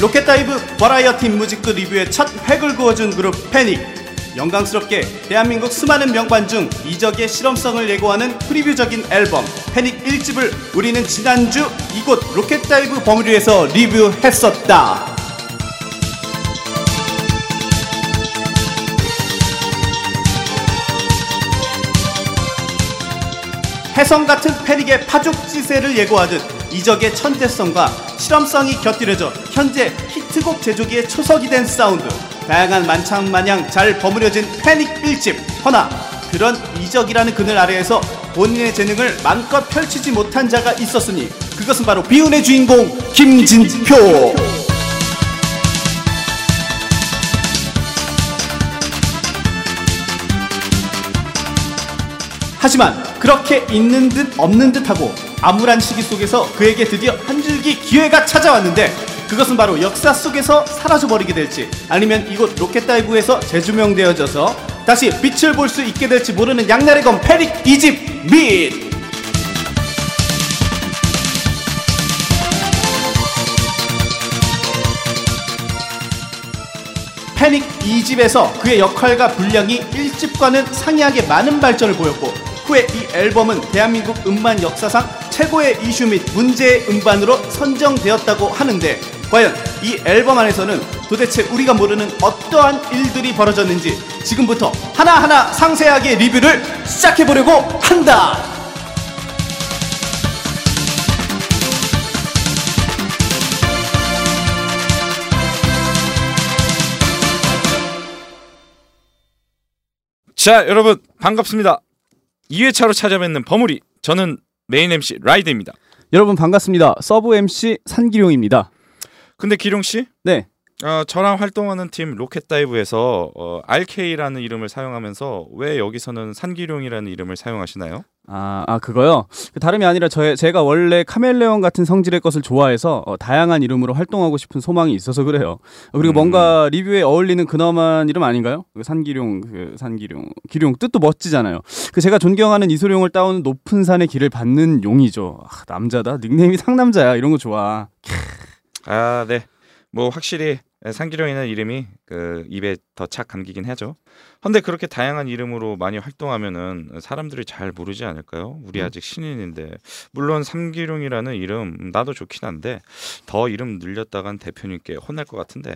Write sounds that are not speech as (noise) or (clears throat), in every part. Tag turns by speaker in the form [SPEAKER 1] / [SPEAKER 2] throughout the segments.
[SPEAKER 1] 로켓다이브 버라이어티 뮤직도 리뷰의 첫 획을 그어준 그룹 패닉 영광스럽게 대한민국 수많은 명반 중 이적의 실험성을 예고하는 프리뷰적인 앨범 패닉 1집을 우리는 지난주 이곳 로켓다이브 버무리에서 리뷰했었다 해성 같은 패닉의 파죽 지세를 예고하듯 이적의 천재성과 실험성이 곁들여져 현재 히트곡 제조기의 초석이 된 사운드 다양한 만창마냥 잘 버무려진 패닉 1집 허나 그런 이적이라는 그늘 아래에서 본인의 재능을 마음껏 펼치지 못한 자가 있었으니 그것은 바로 비운의 주인공 김진표. 하지만 그렇게 있는 듯 없는 듯하고 암울한 시기 속에서 그에게 드디어 한 줄기 기회가 찾아왔는데 그것은 바로 역사 속에서 사라져버리게 될지 아니면 이곳 로켓다이브에서 재조명되어져서 다시 빛을 볼 수 있게 될지 모르는 양날의 검 페릭 이집 및 패닉 2집에서 그의 역할과 분량이 1집과는 상이하게 많은 발전을 보였고 후에 이 앨범은 대한민국 음반 역사상 최고의 이슈 및 문제의 음반으로 선정되었다고 하는데 과연 이 앨범 안에서는 도대체 우리가 모르는 어떠한 일들이 벌어졌는지 지금부터 하나하나 상세하게 리뷰를 시작해보려고 한다!
[SPEAKER 2] 자, 여러분 반갑습니다. 2회차로 찾아뵙는 버무리. 저는 메인 MC 라이드입니다.
[SPEAKER 3] 여러분 반갑습니다. 서브 MC 산기룡입니다.
[SPEAKER 2] 근데 기룡 씨,
[SPEAKER 3] 네,
[SPEAKER 2] 어, 저랑 활동하는 팀 로켓다이브에서 어, RK라는 이름을 사용하면서 왜 여기서는 산기룡이라는 이름을 사용하시나요?
[SPEAKER 3] 아, 아 그거요. 그 다름이 아니라 저 제가 원래 카멜레온 같은 성질의 것을 좋아해서 어, 다양한 이름으로 활동하고 싶은 소망이 있어서 그래요. 어, 그리고
[SPEAKER 2] 음.
[SPEAKER 3] 뭔가 리뷰에 어울리는 그나마 이름 아닌가요? 그 산기룡, 그 산기룡, 기룡 뜻도 멋지잖아요. 그 제가 존경하는 이소룡을 따온 높은 산의 길을 받는 용이죠. 아, 남자다. 닉네임이 상남자야. 이런 거 좋아.
[SPEAKER 2] 아, 네. 뭐 확실히 산기룡이라는 이름이 그 입에 더 착 감기긴 하죠. 근데 그렇게 다양한 이름으로 많이 활동하면은 사람들이 잘 모르지 않을까요? 우리 아직 신인인데 물론 삼기룡이라는 이름 나도 좋긴 한데 더 이름 늘렸다간 대표님께 혼날 것 같은데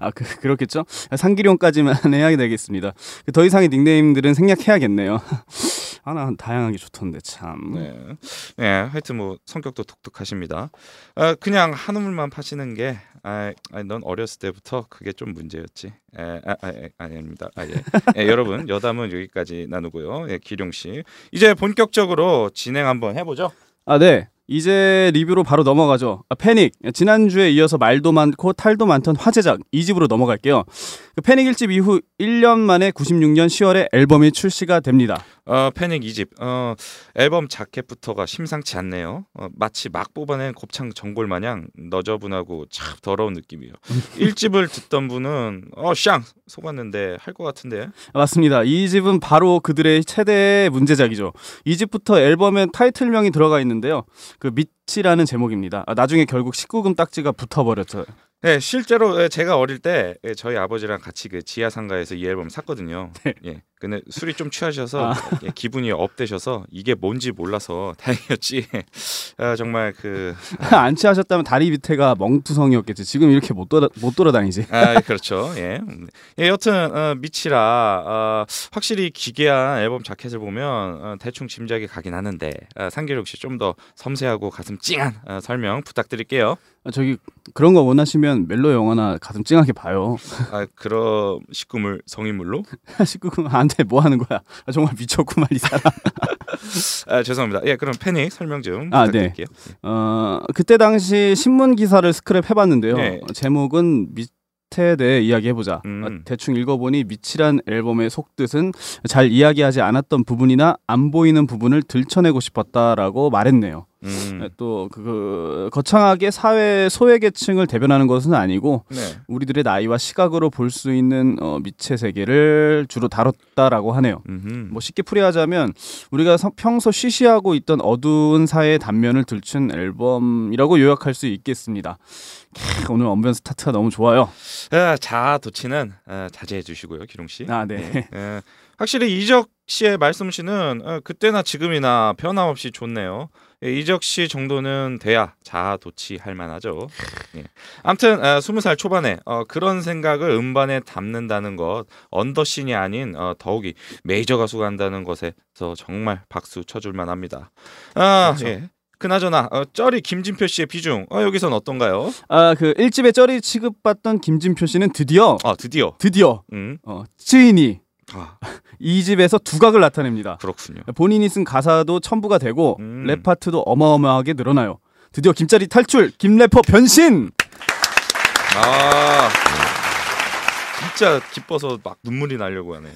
[SPEAKER 3] 아, 그, 그렇겠죠? 상기룡까지만 (laughs) 해야 되겠습니다. 그더 이상의 닉네임들은 생략해야겠네요. (laughs) 아, 난 다양하게 좋던데, 참.
[SPEAKER 2] 네. 네, 하여튼 뭐 성격도 독특하십니다. 아, 그냥 한우물만 파시는 게, 아, 아, 넌 어렸을 때부터 그게 좀 문제였지. 에, 아, 아, 아, 아닙니다. 아, 예. 예, 여러분 여담은 여기까지 나누고요. 예, 기룡 씨, 이제 본격적으로 진행 한번 해보죠.
[SPEAKER 3] 아, 네. 이제 리뷰로 바로 넘어가죠. 아, 패닉. 지난주에 이어서 말도 많고 탈도 많던 화제작 2집으로 넘어갈게요. 그 패닉 1집 이후 1년 만에 96년 10월에 앨범이 출시가 됩니다.
[SPEAKER 2] 어, 패닉 2집 어, 앨범 자켓부터가 심상치 않네요. 어, 마치 막 뽑아낸 곱창 전골 마냥 너저분하고 참 더러운 느낌이에요. 1집을 듣던 분은 어샹 속았는데 할 것 같은데.
[SPEAKER 3] 아, 맞습니다. 이 집은 바로 그들의 최대의 문제작이죠. 이 집부터 앨범에 타이틀명이 들어가 있는데요. 그 밑이라는 제목입니다. 아, 나중에 결국 19금 딱지가 붙어버렸죠. (laughs)
[SPEAKER 2] 네, 실제로 예, 제가 어릴 때 예, 저희 아버지랑 같이 그 지하 상가에서 이 앨범
[SPEAKER 3] (laughs)
[SPEAKER 2] 샀거든요.
[SPEAKER 3] 네.
[SPEAKER 2] 예. 근데 술이 좀 취하셔서
[SPEAKER 3] 아.
[SPEAKER 2] 예, 기분이 업되셔서 이게 뭔지 몰라서 (laughs) 다행이었지. 아, 정말 그
[SPEAKER 3] 안 취하셨다면 다리 밑에가 멍투성이었겠지. 지금 이렇게 못, 돌아, 못 돌아다니지.
[SPEAKER 2] 아, 그렇죠. 예. 예, 여튼 어, 미치라 어, 확실히 기괴한 앨범 자켓을 보면 어, 대충 짐작이 가긴 하는데 아, 상기록 씨좀 더 섬세하고 가슴 찡한 어, 설명 부탁드릴게요.
[SPEAKER 3] 아, 저기 그런 거 원하시면 멜로 영화나 가슴 찡하게 봐요. (laughs)
[SPEAKER 2] 아, 그럼 식구물 성인물로
[SPEAKER 3] 19금 안돼 뭐 하는 거야? 아, 정말 미쳤구만 이 사람.
[SPEAKER 2] 아, 죄송합니다. 예, 그럼 패닉 설명 좀
[SPEAKER 3] 아, 네.
[SPEAKER 2] 부탁드릴게요.
[SPEAKER 3] 어 그때 당시 신문 기사를 스크랩 해봤는데요.
[SPEAKER 2] 네.
[SPEAKER 3] 어, 제목은 밑에 대해 이야기해보자.
[SPEAKER 2] 음.
[SPEAKER 3] 어, 대충 읽어보니 미치란 앨범의 속뜻은 잘 이야기하지 않았던 부분이나 안 보이는 부분을 들춰내고 싶었다라고 말했네요.
[SPEAKER 2] 음.
[SPEAKER 3] 또 그 거창하게 사회 소외 계층을 대변하는 것은 아니고
[SPEAKER 2] 네.
[SPEAKER 3] 우리들의 나이와 시각으로 볼 수 있는 어, 미체 세계를 주로 다뤘다라고 하네요.
[SPEAKER 2] 음흠.
[SPEAKER 3] 뭐 쉽게 풀이하자면 우리가 서- 평소 쉬쉬하고 있던 어두운 사회의 단면을 들춘 앨범이라고 요약할 수 있겠습니다. 캬, 오늘 언변 스타트가 너무 좋아요.
[SPEAKER 2] 아, 자 도치는 아, 자제해 주시고요, 기룡 씨.
[SPEAKER 3] 아 네.
[SPEAKER 2] 예, 확실히 이적 씨의 말씀 씨는 어, 그때나 지금이나 변함없이 좋네요. 예, 이적 씨 정도는 돼야 자아도취할 만하죠. 예. 아무튼 아, 20살 초반에 어, 그런 생각을 음반에 담는다는 것 언더신이 아닌 어, 더욱이 메이저 가수가 한다는 것에서 정말 박수 쳐줄 만합니다. 아,
[SPEAKER 3] 그렇죠.
[SPEAKER 2] 예. 그나저나 어, 쩌리 김진표 씨의 비중 어, 여기선 어떤가요?
[SPEAKER 3] (laughs) 아그 일집에 쩌리 취급받던 김진표 씨는 드디어
[SPEAKER 2] 아 드디어
[SPEAKER 3] 드디어
[SPEAKER 2] 음.
[SPEAKER 3] 어, 쯔인이
[SPEAKER 2] 아
[SPEAKER 3] (laughs) 이 집에서 두각을 나타냅니다.
[SPEAKER 2] 그렇군요.
[SPEAKER 3] 본인이 쓴 가사도 첨부가 되고
[SPEAKER 2] 음.
[SPEAKER 3] 랩 파트도 어마어마하게 늘어나요. 드디어 김짜리 탈출, 김래퍼 변신.
[SPEAKER 2] 아 진짜 기뻐서 막 눈물이 나려고 하네.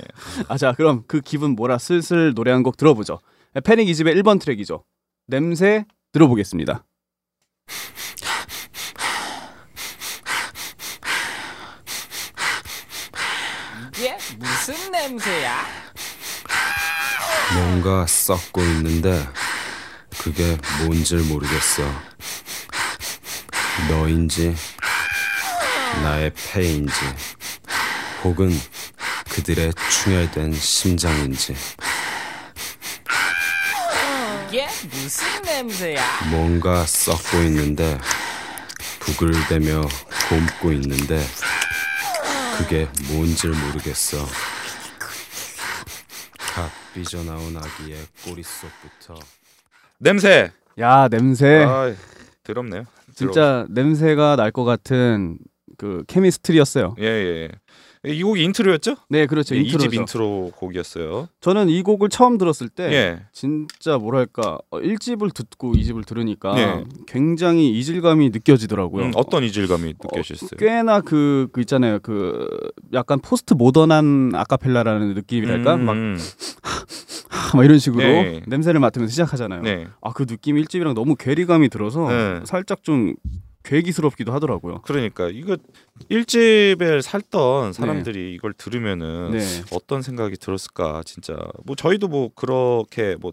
[SPEAKER 3] 아 자 그럼 그 기분 몰아 슬슬 노래 한 곡 들어보죠. 패닉 이집의 1번 트랙이죠. 냄새 들어보겠습니다.
[SPEAKER 4] 이게 무슨 냄새야?
[SPEAKER 5] 뭔가 썩고 있는데 그게 뭔질 모르겠어. 너인지 나의 폐인지 혹은 그들의 충혈된 심장인지
[SPEAKER 4] 이게 예? 무슨 냄새야?
[SPEAKER 5] 뭔가 썩고 있는데 부글대며 곰고 있는데 그게 뭔질 모르겠어. 갓 삐져나온 아기의 꼬리 속부터
[SPEAKER 2] 냄새.
[SPEAKER 3] 야 냄새
[SPEAKER 2] 아, 더럽네요.
[SPEAKER 3] 네. 진짜 냄새가 날 것 같은 그 케미스트리였어요.
[SPEAKER 2] 예예. 이 곡이 인트로였죠?
[SPEAKER 3] 네 그렇죠
[SPEAKER 2] 예, 이집
[SPEAKER 3] 인트로죠.
[SPEAKER 2] 인트로 곡이었어요.
[SPEAKER 3] 저는 이 곡을 처음 들었을 때
[SPEAKER 2] 예.
[SPEAKER 3] 진짜 뭐랄까 어, 1집을 듣고 2집을 들으니까
[SPEAKER 2] 네.
[SPEAKER 3] 굉장히 이질감이 느껴지더라고요.
[SPEAKER 2] 음, 어떤 이질감이
[SPEAKER 3] 어,
[SPEAKER 2] 느껴졌어요?
[SPEAKER 3] 꽤나 그, 그 있잖아요 그 약간 포스트 모던한 아카펠라라는 느낌이랄까
[SPEAKER 2] 음,
[SPEAKER 3] 막,
[SPEAKER 2] 음.
[SPEAKER 3] 하, 막 이런 식으로
[SPEAKER 2] 네.
[SPEAKER 3] 냄새를 맡으면서 시작하잖아요.
[SPEAKER 2] 네.
[SPEAKER 3] 아 그 느낌 일집이랑 너무 괴리감이 들어서
[SPEAKER 2] 네.
[SPEAKER 3] 살짝 좀 괴기스럽기도 하더라고요.
[SPEAKER 2] 그러니까 이거 일집에 살던 사람들이 이걸 들으면은
[SPEAKER 3] 네.
[SPEAKER 2] 어떤 생각이 들었을까 진짜 뭐 저희도 뭐 그렇게 뭐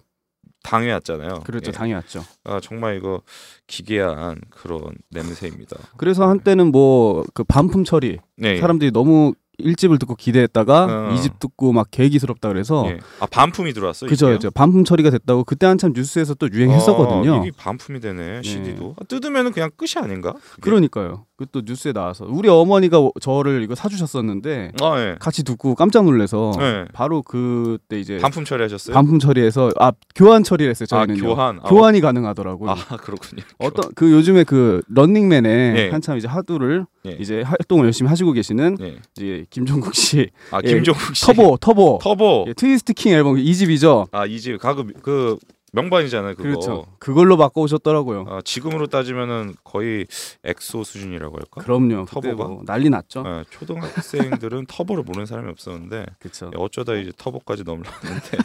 [SPEAKER 2] 당해왔잖아요.
[SPEAKER 3] 그렇죠
[SPEAKER 2] 예.
[SPEAKER 3] 당해왔죠.
[SPEAKER 2] 아 정말 이거 기괴한 그런 냄새입니다.
[SPEAKER 3] 그래서 한때는 뭐 그 반품 처리
[SPEAKER 2] 네.
[SPEAKER 3] 사람들이 너무 일집을 듣고 기대했다가
[SPEAKER 2] 어.
[SPEAKER 3] 이 집 듣고 막 괴기스럽다 그래서
[SPEAKER 2] 예. 아 반품이 들어왔어요.
[SPEAKER 3] 어. 그죠
[SPEAKER 2] 이게요?
[SPEAKER 3] 그죠 반품 처리가 됐다고 그때 한참 뉴스에서 또 유행했었거든요.
[SPEAKER 2] 아, 이게 반품이 되네 CD도 아, 뜯으면 그냥 끝이 아닌가? 이게?
[SPEAKER 3] 그러니까요. 그 또 뉴스에 나와서 우리 어머니가 워- 저를 이거 사주셨었는데
[SPEAKER 2] 아 예.
[SPEAKER 3] 같이 듣고 깜짝 놀래서
[SPEAKER 2] 네.
[SPEAKER 3] 바로 그때 이제
[SPEAKER 2] 반품 처리하셨어요?
[SPEAKER 3] 어. 네. 반품 처리해서 아 교환 처리를 했어요
[SPEAKER 2] 아
[SPEAKER 3] 저희는요.
[SPEAKER 2] 교환. 아,
[SPEAKER 3] 이 가능하더라고요.
[SPEAKER 2] 아 (laughs) 그렇군요.
[SPEAKER 3] (laughs) 어떤 그 요즘에 그 런닝맨에
[SPEAKER 2] 예.
[SPEAKER 3] 한참 이제 하두를
[SPEAKER 2] 예.
[SPEAKER 3] 이제 활동을 열심히 하시고 계시는
[SPEAKER 2] 예.
[SPEAKER 3] 이제 김종국
[SPEAKER 2] (laughs)
[SPEAKER 3] 씨
[SPEAKER 2] 아
[SPEAKER 3] 예.
[SPEAKER 2] 김종국 씨.
[SPEAKER 3] 터보 터보
[SPEAKER 2] 터보.
[SPEAKER 3] 예, 트위스트 킹 앨범 이집이죠
[SPEAKER 2] 아 이집 가그 그 명반이잖아요 그거.
[SPEAKER 3] 그렇죠. 그걸로 바꿔 오셨더라고요.
[SPEAKER 2] 아, 지금으로 따지면은 거의 엑소 수준이라고 할까?
[SPEAKER 3] 그럼요. 그때
[SPEAKER 2] 아, 터보가?
[SPEAKER 3] 뭐 난리 났죠.
[SPEAKER 2] 예, 초등학생들은 (laughs) 터보를 모르는 사람이 없었는데
[SPEAKER 3] 그렇죠.
[SPEAKER 2] 예, 어쩌다 이제 터보까지 넘어갔는데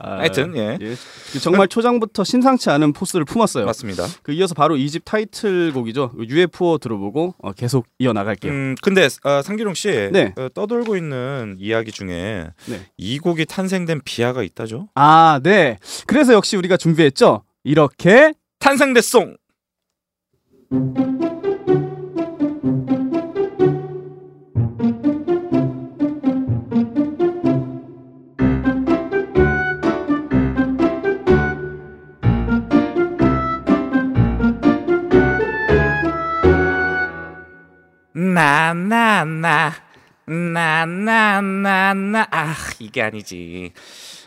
[SPEAKER 3] 아,
[SPEAKER 2] 하여튼 예
[SPEAKER 3] 예. 그 정말 초장부터 심상치 않은 포스를 품었어요.
[SPEAKER 2] 맞습니다.
[SPEAKER 3] 그 이어서 바로 이 집 타이틀곡이죠. UFO 들어보고 어, 계속 이어 나갈게요.
[SPEAKER 2] 음, 근데 아, 상기룡 씨
[SPEAKER 3] 네.
[SPEAKER 2] 어, 떠돌고 있는 이야기 중에
[SPEAKER 3] 네.
[SPEAKER 2] 이 곡이 탄생된 비하가 있다죠?
[SPEAKER 3] 아, 네. 그래서 역시 우리가 준비했죠. 이렇게
[SPEAKER 2] 탄생됐송.
[SPEAKER 4] 나나나 나나나나 아 이게 아니지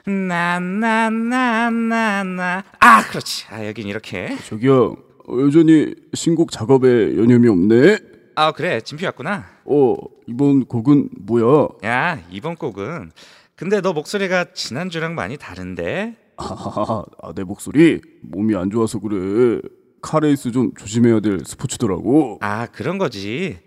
[SPEAKER 4] 나나나나나
[SPEAKER 2] 아 그렇지. 아 여긴 이렇게.
[SPEAKER 3] 저기요. 어, 여전히 신곡 작업에 여념이 없네.
[SPEAKER 2] 아 그래 진표 왔구나.
[SPEAKER 3] 어, 이번 곡은 뭐야?
[SPEAKER 2] 야 이번 곡은 근데 너 목소리가 지난 주랑 많이 다른데.
[SPEAKER 3] 아, 내 목소리 몸이 안 좋아서 그래. 카레이스 좀 조심해야 될 스포츠더라고.
[SPEAKER 2] 아 그런 거지.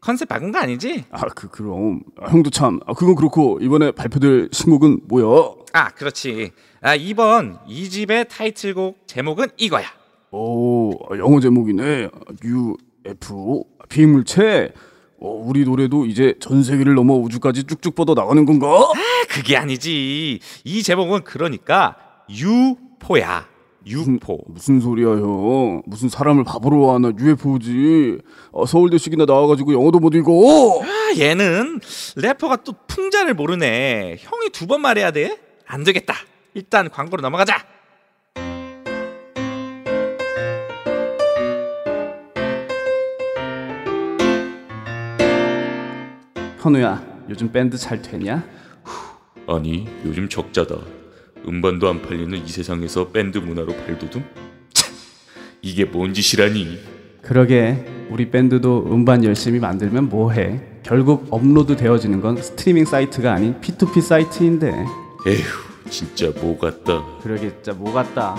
[SPEAKER 2] 컨셉 바꾼 거 아니지?
[SPEAKER 3] 아, 그 그럼. 아, 형도 참. 아, 그건 그렇고 이번에 발표될 신곡은 뭐야?
[SPEAKER 2] 아 그렇지. 아 이번 이 집의 타이틀곡 제목은 이거야.
[SPEAKER 3] 오 영어 제목이네 UFO 비행물체 어, 우리 노래도 이제 전 세계를 넘어 우주까지 쭉쭉 뻗어 나가는 건가?
[SPEAKER 2] 그게 아니지. 이 제목은 그러니까 유포야. 유포.
[SPEAKER 3] 무슨 소리야 형 무슨 사람을 바보로 하나 UFO지 어, 서울대식이나 나와가지고 영어도 못 읽어
[SPEAKER 2] 아, 얘는 래퍼가 또 풍자를 모르네. 형이 두 번 말해야 돼? 안 되겠다. 일단 광고로 넘어가자.
[SPEAKER 3] 현우야 요즘 밴드 잘 되냐?
[SPEAKER 2] 아니 요즘 적자다 음반도 안 팔리는 이 세상에서 밴드 문화로 발돋움? 참, 이게 뭔 짓이라니
[SPEAKER 3] 그러게 우리 밴드도 음반 열심히 만들면 뭐해 결국 업로드 되어지는 건 스트리밍 사이트가 아닌 P2P 사이트인데
[SPEAKER 2] 에휴 진짜 뭐 같다
[SPEAKER 3] 그러게 진짜 뭐 같다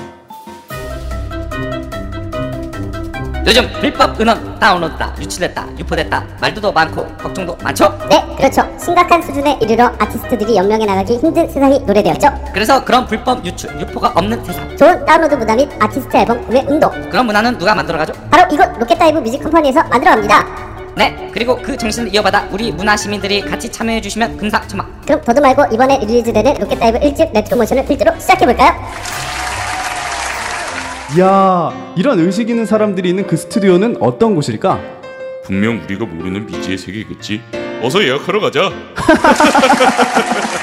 [SPEAKER 6] 요즘 불법 은원 다운로드다 유출됐다 유포됐다 말도 많고 걱정도 많죠
[SPEAKER 7] 네, 그렇죠. 심각한 수준에 이르러 아티스트들이 연명해 나가기 힘든 세상이 노래되었죠.
[SPEAKER 6] 그래서 그런 불법 유출 유포가 없는 세상
[SPEAKER 7] 좋은 다운로드 문화 및 아티스트 앨범 구매 운동.
[SPEAKER 6] 그런 문화는 누가 만들어가죠?
[SPEAKER 7] 바로 이곳 로켓다이브 뮤직 컴퍼니에서 만들어갑니다.
[SPEAKER 6] 네 그리고 그 정신을 이어받아 우리 문화 시민들이 같이 참여해주시면 금상첨화
[SPEAKER 7] 그럼 더도 말고 이번에 릴리즈되는 로켓다이브 1집 레트로 모션을 필두로 시작해볼까요?
[SPEAKER 3] 야 이런 의식 있는 사람들이 있는 그 스튜디오는 어떤 곳일까?
[SPEAKER 2] 분명 우리가 모르는 미지의 세계겠지 어서 예약하러 가자 (laughs)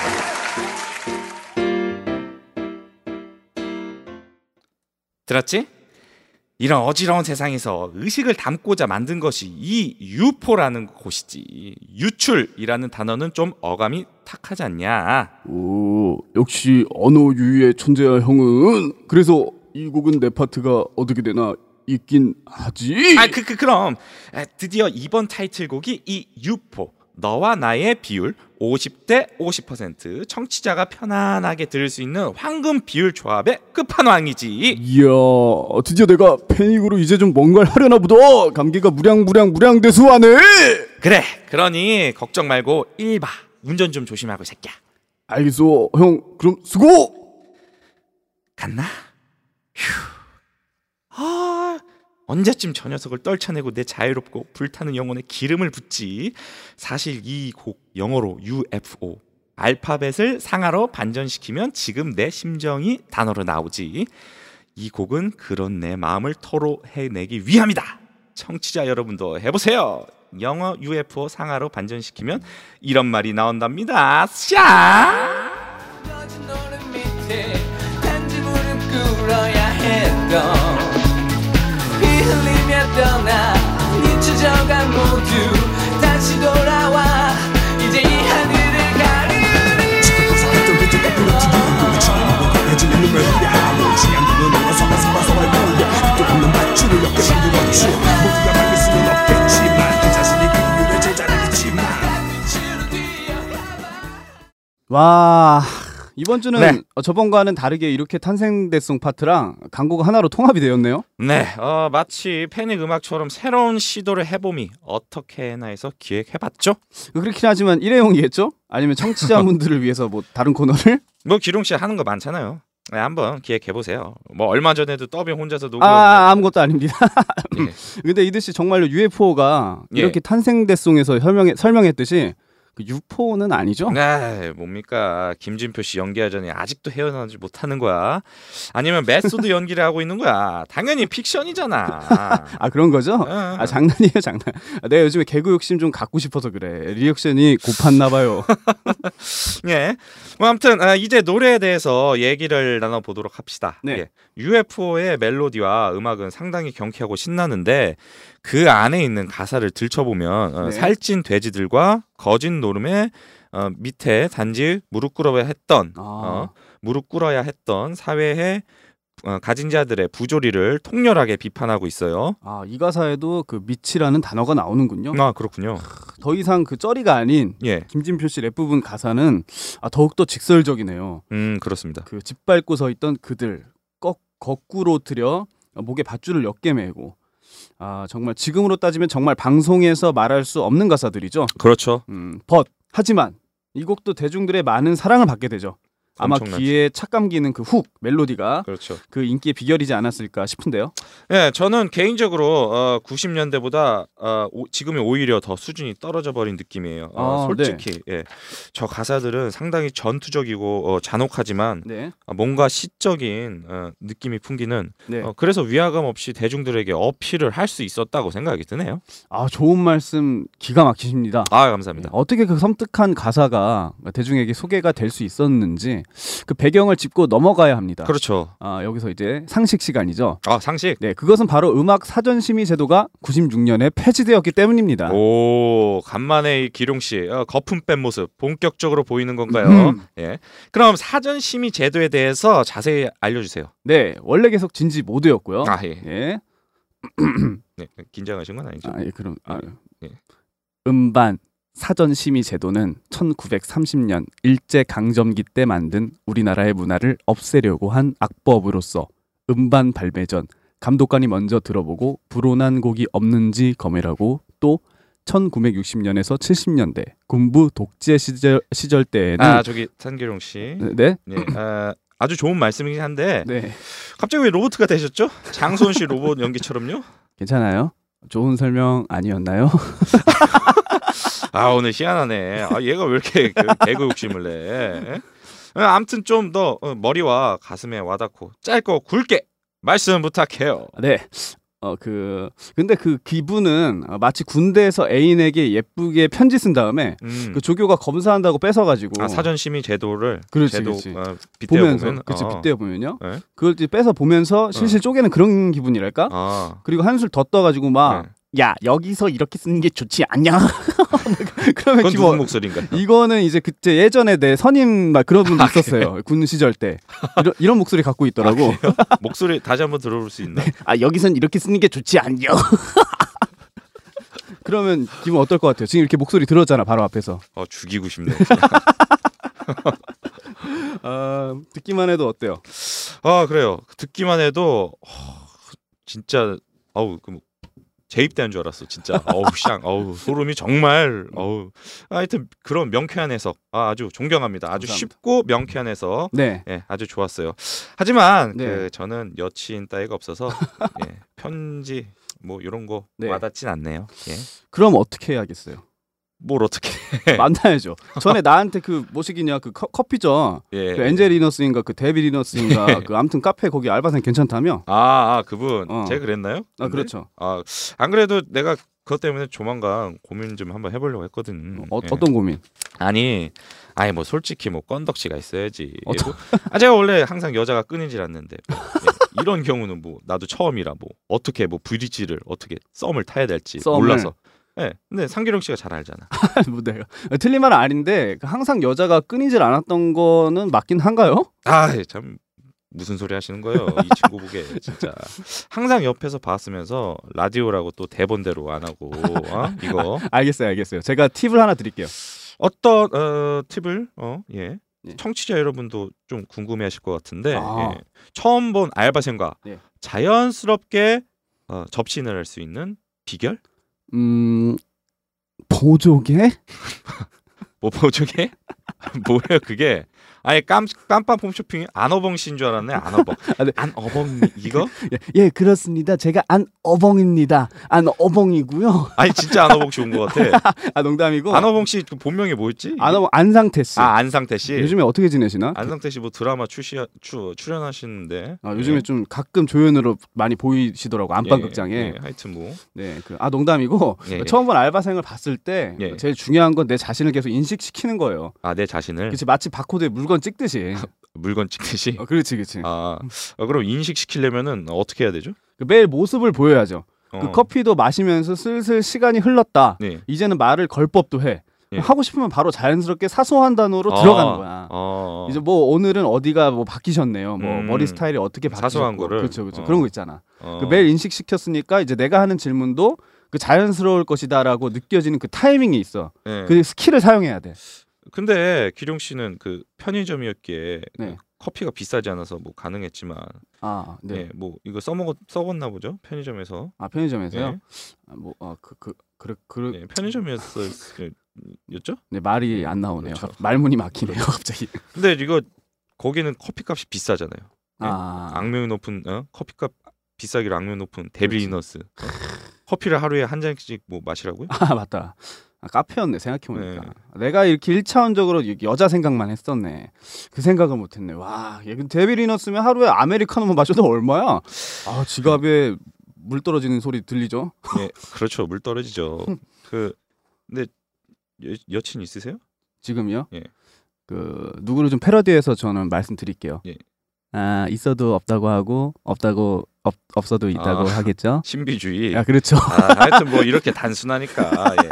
[SPEAKER 2] 들었지? 이런 어지러운 세상에서 의식을 담고자 만든 것이 이 유포라는 곳이지 유출이라는 단어는 좀 어감이 탁하지 않냐
[SPEAKER 3] 오 역시 언어 유희의 존재야 형은 그래서 이 곡은 내 파트가 어떻게 되나 있긴 하지
[SPEAKER 2] 아, 그, 그, 그럼 아, 드디어 이번 타이틀곡이 이 유포 너와 나의 비율 50대 50% 청취자가 편안하게 들을 수 있는 황금 비율 조합의 끝판왕이지
[SPEAKER 3] 이야 드디어 내가 패닉으로 이제 좀 뭔가를 하려나 보다 감기가 무량무량 무량대수하네
[SPEAKER 2] 그래 그러니 걱정 말고 일바 운전 좀 조심하고 이 새끼야
[SPEAKER 3] 알겠어 형 그럼 수고
[SPEAKER 2] 갔나? 휴 아, 언제쯤 저 녀석을 떨쳐내고 내 자유롭고 불타는 영혼에 기름을 붓지 사실 이 곡 영어로 UFO 알파벳을 상하로 반전시키면 지금 내 심정이 단어로 나오지 이 곡은 그런 내 마음을 토로해내기 위함이다 청취자 여러분도 해보세요 영어 UFO 상하로 반전시키면 이런 말이 나온답니다 샤
[SPEAKER 4] 꺼진 노름 밑에 단지 무릎 꿇어야 했던 피 흘리며 떠나 잊혀져간 모두 다시 돌아와 이제 이 하늘을 가르니
[SPEAKER 3] 와 이번 주는
[SPEAKER 2] 네.
[SPEAKER 3] 어, 저번과는 다르게 이렇게 탄생대송 파트랑 광고가 하나로 통합이 되었네요
[SPEAKER 2] 네, 어, 마치 패닉 음악처럼 새로운 시도를 해봄이 어떻게 해나 해서 기획해봤죠.
[SPEAKER 3] 그렇긴 하지만 일회용이겠죠? 아니면 청취자분들을 (laughs) 위해서 뭐 다른 코너를? (laughs)
[SPEAKER 2] 뭐 기룡 씨 하는 거 많잖아요. 네, 한번 기획해보세요. 뭐 얼마 전에도 더빙 혼자서 녹음.
[SPEAKER 3] 아, 아 아무것도 아닙니다
[SPEAKER 2] 예.
[SPEAKER 3] 근데 이듯이 정말로 UFO가
[SPEAKER 2] 예.
[SPEAKER 3] 이렇게 탄생대송에서 설명해, 설명했듯이 그 유포는 아니죠?
[SPEAKER 2] 네, 뭡니까 김진표 씨 연기하자니 아직도 헤어나지 못하는 거야. 아니면 메소드 연기를 하고 있는 거야. 당연히 픽션이잖아.
[SPEAKER 3] 아 그런 거죠?
[SPEAKER 2] 응.
[SPEAKER 3] (laughs) 아 장난이에요 장난. 아, 내가 요즘에 개그 욕심 좀 갖고 싶어서 그래. 리액션이 고팠나 봐요.
[SPEAKER 2] 예. 뭐 아무튼 아, 이제 노래에 대해서 얘기를 나눠 보도록 합시다.
[SPEAKER 3] 네.
[SPEAKER 2] 예. UFO의 멜로디와 음악은 상당히 경쾌하고 신나는데 그 안에 있는 가사를 들춰보면 어,
[SPEAKER 3] 네.
[SPEAKER 2] 살찐 돼지들과 거짓 노름의 어, 밑에 단지 무릎 꿇어야 했던
[SPEAKER 3] 아.
[SPEAKER 2] 어, 무릎 꿇어야 했던 사회의 어, 가진 자들의 부조리를 통렬하게 비판하고 있어요.
[SPEAKER 3] 아 이 가사에도 그 미치라는 단어가 나오는군요.
[SPEAKER 2] 아 그렇군요.
[SPEAKER 3] 음. 더 이상 그 쩌리가 아닌
[SPEAKER 2] 예,
[SPEAKER 3] 김진표 씨 랩 부분 가사는 아, 더욱 더 직설적이네요.
[SPEAKER 2] 음 그렇습니다.
[SPEAKER 3] 그 짓밟고 서 있던 그들 거, 거꾸로 들여 목에 밧줄을 엮게 매고 아 정말 지금으로 따지면 정말 방송에서 말할 수 없는 가사들이죠.
[SPEAKER 2] 그렇죠.
[SPEAKER 3] 음, 벗 하지만 이 곡도 대중들의 많은 사랑을 받게 되죠. 아마
[SPEAKER 2] 엄청난
[SPEAKER 3] 귀에 착감기는 그 훅 멜로디가
[SPEAKER 2] 그렇죠.
[SPEAKER 3] 그 인기의 비결이지 않았을까 싶은데요.
[SPEAKER 2] 예, 저는 개인적으로 어, 90년대보다 어, 오- 지금이 오히려 더 수준이 떨어져 버린 느낌이에요. 어,
[SPEAKER 3] 아,
[SPEAKER 2] 솔직히 예, 저 가사들은 상당히 전투적이고 어, 잔혹하지만
[SPEAKER 3] 네.
[SPEAKER 2] 아, 뭔가 시적인 어, 느낌이 풍기는
[SPEAKER 3] 네.
[SPEAKER 2] 어, 그래서 위화감 없이 대중들에게 어필을 할 수 있었다고 생각이 드네요.
[SPEAKER 3] 아 좋은 말씀 기가 막히십니다.
[SPEAKER 2] 아 감사합니다.
[SPEAKER 3] 어떻게 그 섬뜩한 가사가 대중에게 소개가 될 수 있었는지 그 배경을 짚고 넘어가야 합니다.
[SPEAKER 2] 그렇죠.
[SPEAKER 3] 아 여기서 이제 상식 시간이죠.
[SPEAKER 2] 아 상식.
[SPEAKER 3] 네, 그것은 바로 음악 사전 심의 제도가 96년에 폐지되었기
[SPEAKER 2] 네.
[SPEAKER 3] 때문입니다.
[SPEAKER 2] 오 간만에 이 기룡 씨 어, 거품 뺀 모습 본격적으로 보이는 건가요? 예. 그럼 사전 심의 제도에 대해서 자세히 알려주세요.
[SPEAKER 3] 네, 원래 계속 진지 모두였고요.
[SPEAKER 2] 아 예.
[SPEAKER 3] 예.
[SPEAKER 2] 네, 긴장하신 건 아니죠?
[SPEAKER 3] 아, 예, 그럼 아,
[SPEAKER 2] 예.
[SPEAKER 3] 음반 사전 심의 제도는 1930년 일제 강점기 때 만든 우리나라의 문화를 없애려고 한 악법으로서 음반 발매 전 감독관이 먼저 들어보고 불온한 곡이 없는지 검열하고 또 1960년에서 70년대 군부 독재 시절, 시절 때에는
[SPEAKER 2] 아 저기 산기룡 씨.
[SPEAKER 3] 네?
[SPEAKER 2] 네. 아, 아주 좋은 말씀이긴 한데
[SPEAKER 3] 네.
[SPEAKER 2] 갑자기 왜 로봇가 되셨죠? 장소은 씨 로봇 연기처럼요?
[SPEAKER 3] 괜찮아요? 좋은 설명 아니었나요?
[SPEAKER 2] 아 오늘 희한하네. 아 얘가 왜 이렇게 그 개그 욕심을 내? 예? 아, 아무튼 좀 더 머리와 가슴에 와닿고 짧고 굵게 말씀 부탁해요.
[SPEAKER 3] (laughs) 네. 어, 그, 근데 그 기분은 어, 마치 군대에서 애인에게 예쁘게 편지 쓴 다음에
[SPEAKER 2] 음.
[SPEAKER 3] 그 조교가 검사한다고 뺏어가지고.
[SPEAKER 2] 아 사전 심의 제도를
[SPEAKER 3] 그렇지,
[SPEAKER 2] 제도
[SPEAKER 3] 그렇지.
[SPEAKER 2] 어, 빗대어
[SPEAKER 3] 보면서.
[SPEAKER 2] 보면
[SPEAKER 3] 그치,
[SPEAKER 2] 어.
[SPEAKER 3] 빗대어 보면요.
[SPEAKER 2] 네.
[SPEAKER 3] 그걸 이제 뺏어 보면서 실실 쪼개는 그런 기분이랄까?
[SPEAKER 2] 아,
[SPEAKER 3] 그리고 한술 더 떠가지고 막,
[SPEAKER 2] 네.
[SPEAKER 3] 야, 여기서 이렇게 쓰는 게 좋지 않냐? 그러면
[SPEAKER 2] 그건 누구
[SPEAKER 3] 기분.
[SPEAKER 2] 목소리인가요?
[SPEAKER 3] 이거는 이제 그때 예전에 내 선임 막 아, 그런 분도 있었어요. 아, 군 시절 때. 이런, 이런 목소리 갖고 있더라고.
[SPEAKER 2] 목소리 다시 한번 들어볼 수
[SPEAKER 3] (laughs)
[SPEAKER 2] 있나?
[SPEAKER 3] 아 여기선 이렇게 쓰는 게 좋지 않냐 (laughs) 그러면 기분 어떨 것 같아요? 지금 이렇게 목소리 들었잖아 바로 앞에서
[SPEAKER 2] 어 죽이고 싶네.
[SPEAKER 3] 아, 듣기만 해도 어때요?
[SPEAKER 2] 아 그래요. 듣기만 해도 허, 진짜 아우 그뭐 재입대한 줄 알았어 진짜 어우 샹 어우 소름이 정말 어우 하여튼 그런 명쾌한 해석 아, 아주 존경합니다 아주
[SPEAKER 3] 감사합니다.
[SPEAKER 2] 쉽고 명쾌한 해석
[SPEAKER 3] 네
[SPEAKER 2] 예 아주 좋았어요 하지만
[SPEAKER 3] 네.
[SPEAKER 2] 그 저는 여친 따위가
[SPEAKER 3] (laughs)
[SPEAKER 2] 없어서 예, 편지 뭐 이런 거
[SPEAKER 3] 네.
[SPEAKER 2] 와닿진 않네요 예.
[SPEAKER 3] 그럼 어떻게 해야겠어요?
[SPEAKER 2] 뭘 어떻게 네.
[SPEAKER 3] 만나야죠 전에 나한테 그 뭐시기냐 그 커, 커피점
[SPEAKER 2] 예.
[SPEAKER 3] 그 엔젤 리너스인가 그 데비 리너스인가 그 아무튼 카페 거기 알바생 괜찮다며?
[SPEAKER 2] 아, 아 그분
[SPEAKER 3] 어.
[SPEAKER 2] 제가 그랬나요?
[SPEAKER 3] 아
[SPEAKER 2] 근데?
[SPEAKER 3] 그렇죠
[SPEAKER 2] 아 안 그래도 내가 그것 때문에 조만간 고민 좀 한번 해보려고 했거든
[SPEAKER 3] (laughs) 어,
[SPEAKER 2] 예.
[SPEAKER 3] 어떤 고민? (laughs)
[SPEAKER 2] 아니, 아니 뭐 솔직히 뭐 건덕지가 있어야지. 아 제가 원래 항상 여자가 끊이질 않는데 뭐, 예, 이런 경우는 뭐 나도 처음이라 뭐 어떻게 뭐 브릿지를 어떻게 썸을 타야 될지
[SPEAKER 3] 썸을.
[SPEAKER 2] 몰라서. 예, 근데 상기룡 씨가 잘 알잖아.
[SPEAKER 3] 뭐 내가 틀린 말은 아닌데 그 항상 여자가 끊이질 않았던 거는 맞긴 한가요?
[SPEAKER 2] 아 참. 무슨 소리 하시는 거예요? 이 친구 보게 진짜 항상 옆에서 봤으면서 라디오라고 또 대본대로 안 하고 어? 이거
[SPEAKER 3] 알겠어요 알겠어요 제가 팁을 하나 드릴게요
[SPEAKER 2] 어떤 어, 팁을 어, 예.
[SPEAKER 3] 예.
[SPEAKER 2] 청취자 여러분도 좀 궁금해하실 것 같은데
[SPEAKER 3] 아.
[SPEAKER 2] 예. 처음 본 알바생과
[SPEAKER 3] 예.
[SPEAKER 2] 자연스럽게 어, 접신을 할 수 있는 비결?
[SPEAKER 3] 음 보조개?
[SPEAKER 2] 뭐 보조개? (laughs) 뭐예요 그게? 아예 깜 깜빵 홈쇼핑 안어벙신 줄 알았네 안어벙
[SPEAKER 3] (laughs) 아, 네.
[SPEAKER 2] 안어벙 이거?
[SPEAKER 3] 예, 예, 그렇습니다. 제가 안 어벙입니다. 안 어벙이고요. (laughs)
[SPEAKER 2] 아니 진짜 안어벙 씨 온 것 같아.
[SPEAKER 3] 아 농담이고.
[SPEAKER 2] 안어벙 씨그 본명이 뭐였지?
[SPEAKER 3] 안 어벙 안상태 씨.
[SPEAKER 2] 아 안상태 씨.
[SPEAKER 3] 요즘에 어떻게 지내시나?
[SPEAKER 2] 안상태 씨 뭐 드라마 출시 추, 출연하시는데. 예.
[SPEAKER 3] 아, 요즘에 좀 가끔 조연으로 많이 보이시더라고 안방극장에.
[SPEAKER 2] 예, 예, 하여튼 뭐
[SPEAKER 3] 네, 그, 아 농담이고
[SPEAKER 2] 예, 예.
[SPEAKER 3] 처음 본 알바생을 봤을 때
[SPEAKER 2] 예.
[SPEAKER 3] 제일 중요한 건 내 자신을 계속 인식시키는 거예요.
[SPEAKER 2] 아 내 자신을
[SPEAKER 3] 그치 마치 바코드에 물건 찍듯이.
[SPEAKER 2] 물건
[SPEAKER 3] (laughs)
[SPEAKER 2] 찍듯이.
[SPEAKER 3] 어, 그렇지, 그렇지.
[SPEAKER 2] 예. 아, 어, 그럼 인식시키려면은 어떻게 해야 되죠?
[SPEAKER 3] 그 매일 모습을 보여야죠.
[SPEAKER 2] 어.
[SPEAKER 3] 그 커피도 마시면서 슬슬 시간이 흘렀다.
[SPEAKER 2] 네.
[SPEAKER 3] 이제는 말을 걸 법도 해.
[SPEAKER 2] 예. 아.
[SPEAKER 3] 하고 싶으면 바로 자연스럽게 사소한 단어로 들어가는 거야.
[SPEAKER 2] 어.
[SPEAKER 3] 이제 뭐 오늘은 어디가 뭐 바뀌셨네요. 뭐
[SPEAKER 2] 음.
[SPEAKER 3] 머리 스타일이 어떻게 바뀌셨고
[SPEAKER 2] 사소한 거를.
[SPEAKER 3] 그렇죠, 그렇죠.
[SPEAKER 2] 어.
[SPEAKER 3] 그런 거 있잖아.
[SPEAKER 2] 어.
[SPEAKER 3] 그 매일 인식시켰으니까 이제 내가 하는 질문도 그 자연스러울 것이다라고 느껴지는 그 타이밍이 있어.
[SPEAKER 2] 예.
[SPEAKER 3] 그 스킬을 사용해야 돼.
[SPEAKER 2] 근데 기룡 씨는 그 편의점이었기에 그
[SPEAKER 3] 네.
[SPEAKER 2] 커피가 비싸지 않아서 뭐 가능했지만,
[SPEAKER 3] 아, 네.
[SPEAKER 2] 예, 뭐 이거 써먹었 써봤나 보죠? 편의점에서.
[SPEAKER 3] 아 편의점에서요.
[SPEAKER 2] 예.
[SPEAKER 3] 아, 뭐그그 그, 그,
[SPEAKER 2] 예, 편의점이었었. 였죠?
[SPEAKER 3] 네, 말이 안 나오네요.
[SPEAKER 2] 그렇죠.
[SPEAKER 3] 말문이 막히네요, 갑자기.
[SPEAKER 2] 근데 이거 거기는 커피값이 비싸잖아요.
[SPEAKER 3] 아,
[SPEAKER 2] 악명이 높은 어? 커피값 비싸기로 악명 높은 데빌리너스 어? 커피를 하루에 한 잔씩 뭐 마시라고요?
[SPEAKER 3] (laughs) 아 맞다. 아, 카페였네 생각해보니까.
[SPEAKER 2] 네.
[SPEAKER 3] 내가 이렇게 1차원적으로 여자 생각만 했었네. 그 생각을 못했네. 와, 얘 데빌이너 쓰면 하루에 아메리카노만 마셔도 얼마야? 아 지갑에 물 떨어지는 소리 들리죠?
[SPEAKER 2] 예, 그렇죠. 물 떨어지죠. 그 근데 여, 여친 있으세요?
[SPEAKER 3] 지금요?
[SPEAKER 2] 예.
[SPEAKER 3] 그 누구를 좀 패러디해서 저는 말씀드릴게요.
[SPEAKER 2] 예.
[SPEAKER 3] 아 있어도 없다고 하고 없다고 없, 없어도 있다고
[SPEAKER 2] 아.
[SPEAKER 3] 하겠죠?
[SPEAKER 2] 신비주의.
[SPEAKER 3] 아 그렇죠. (laughs)
[SPEAKER 2] 아, 하여튼 뭐 이렇게 단순하니까. 예.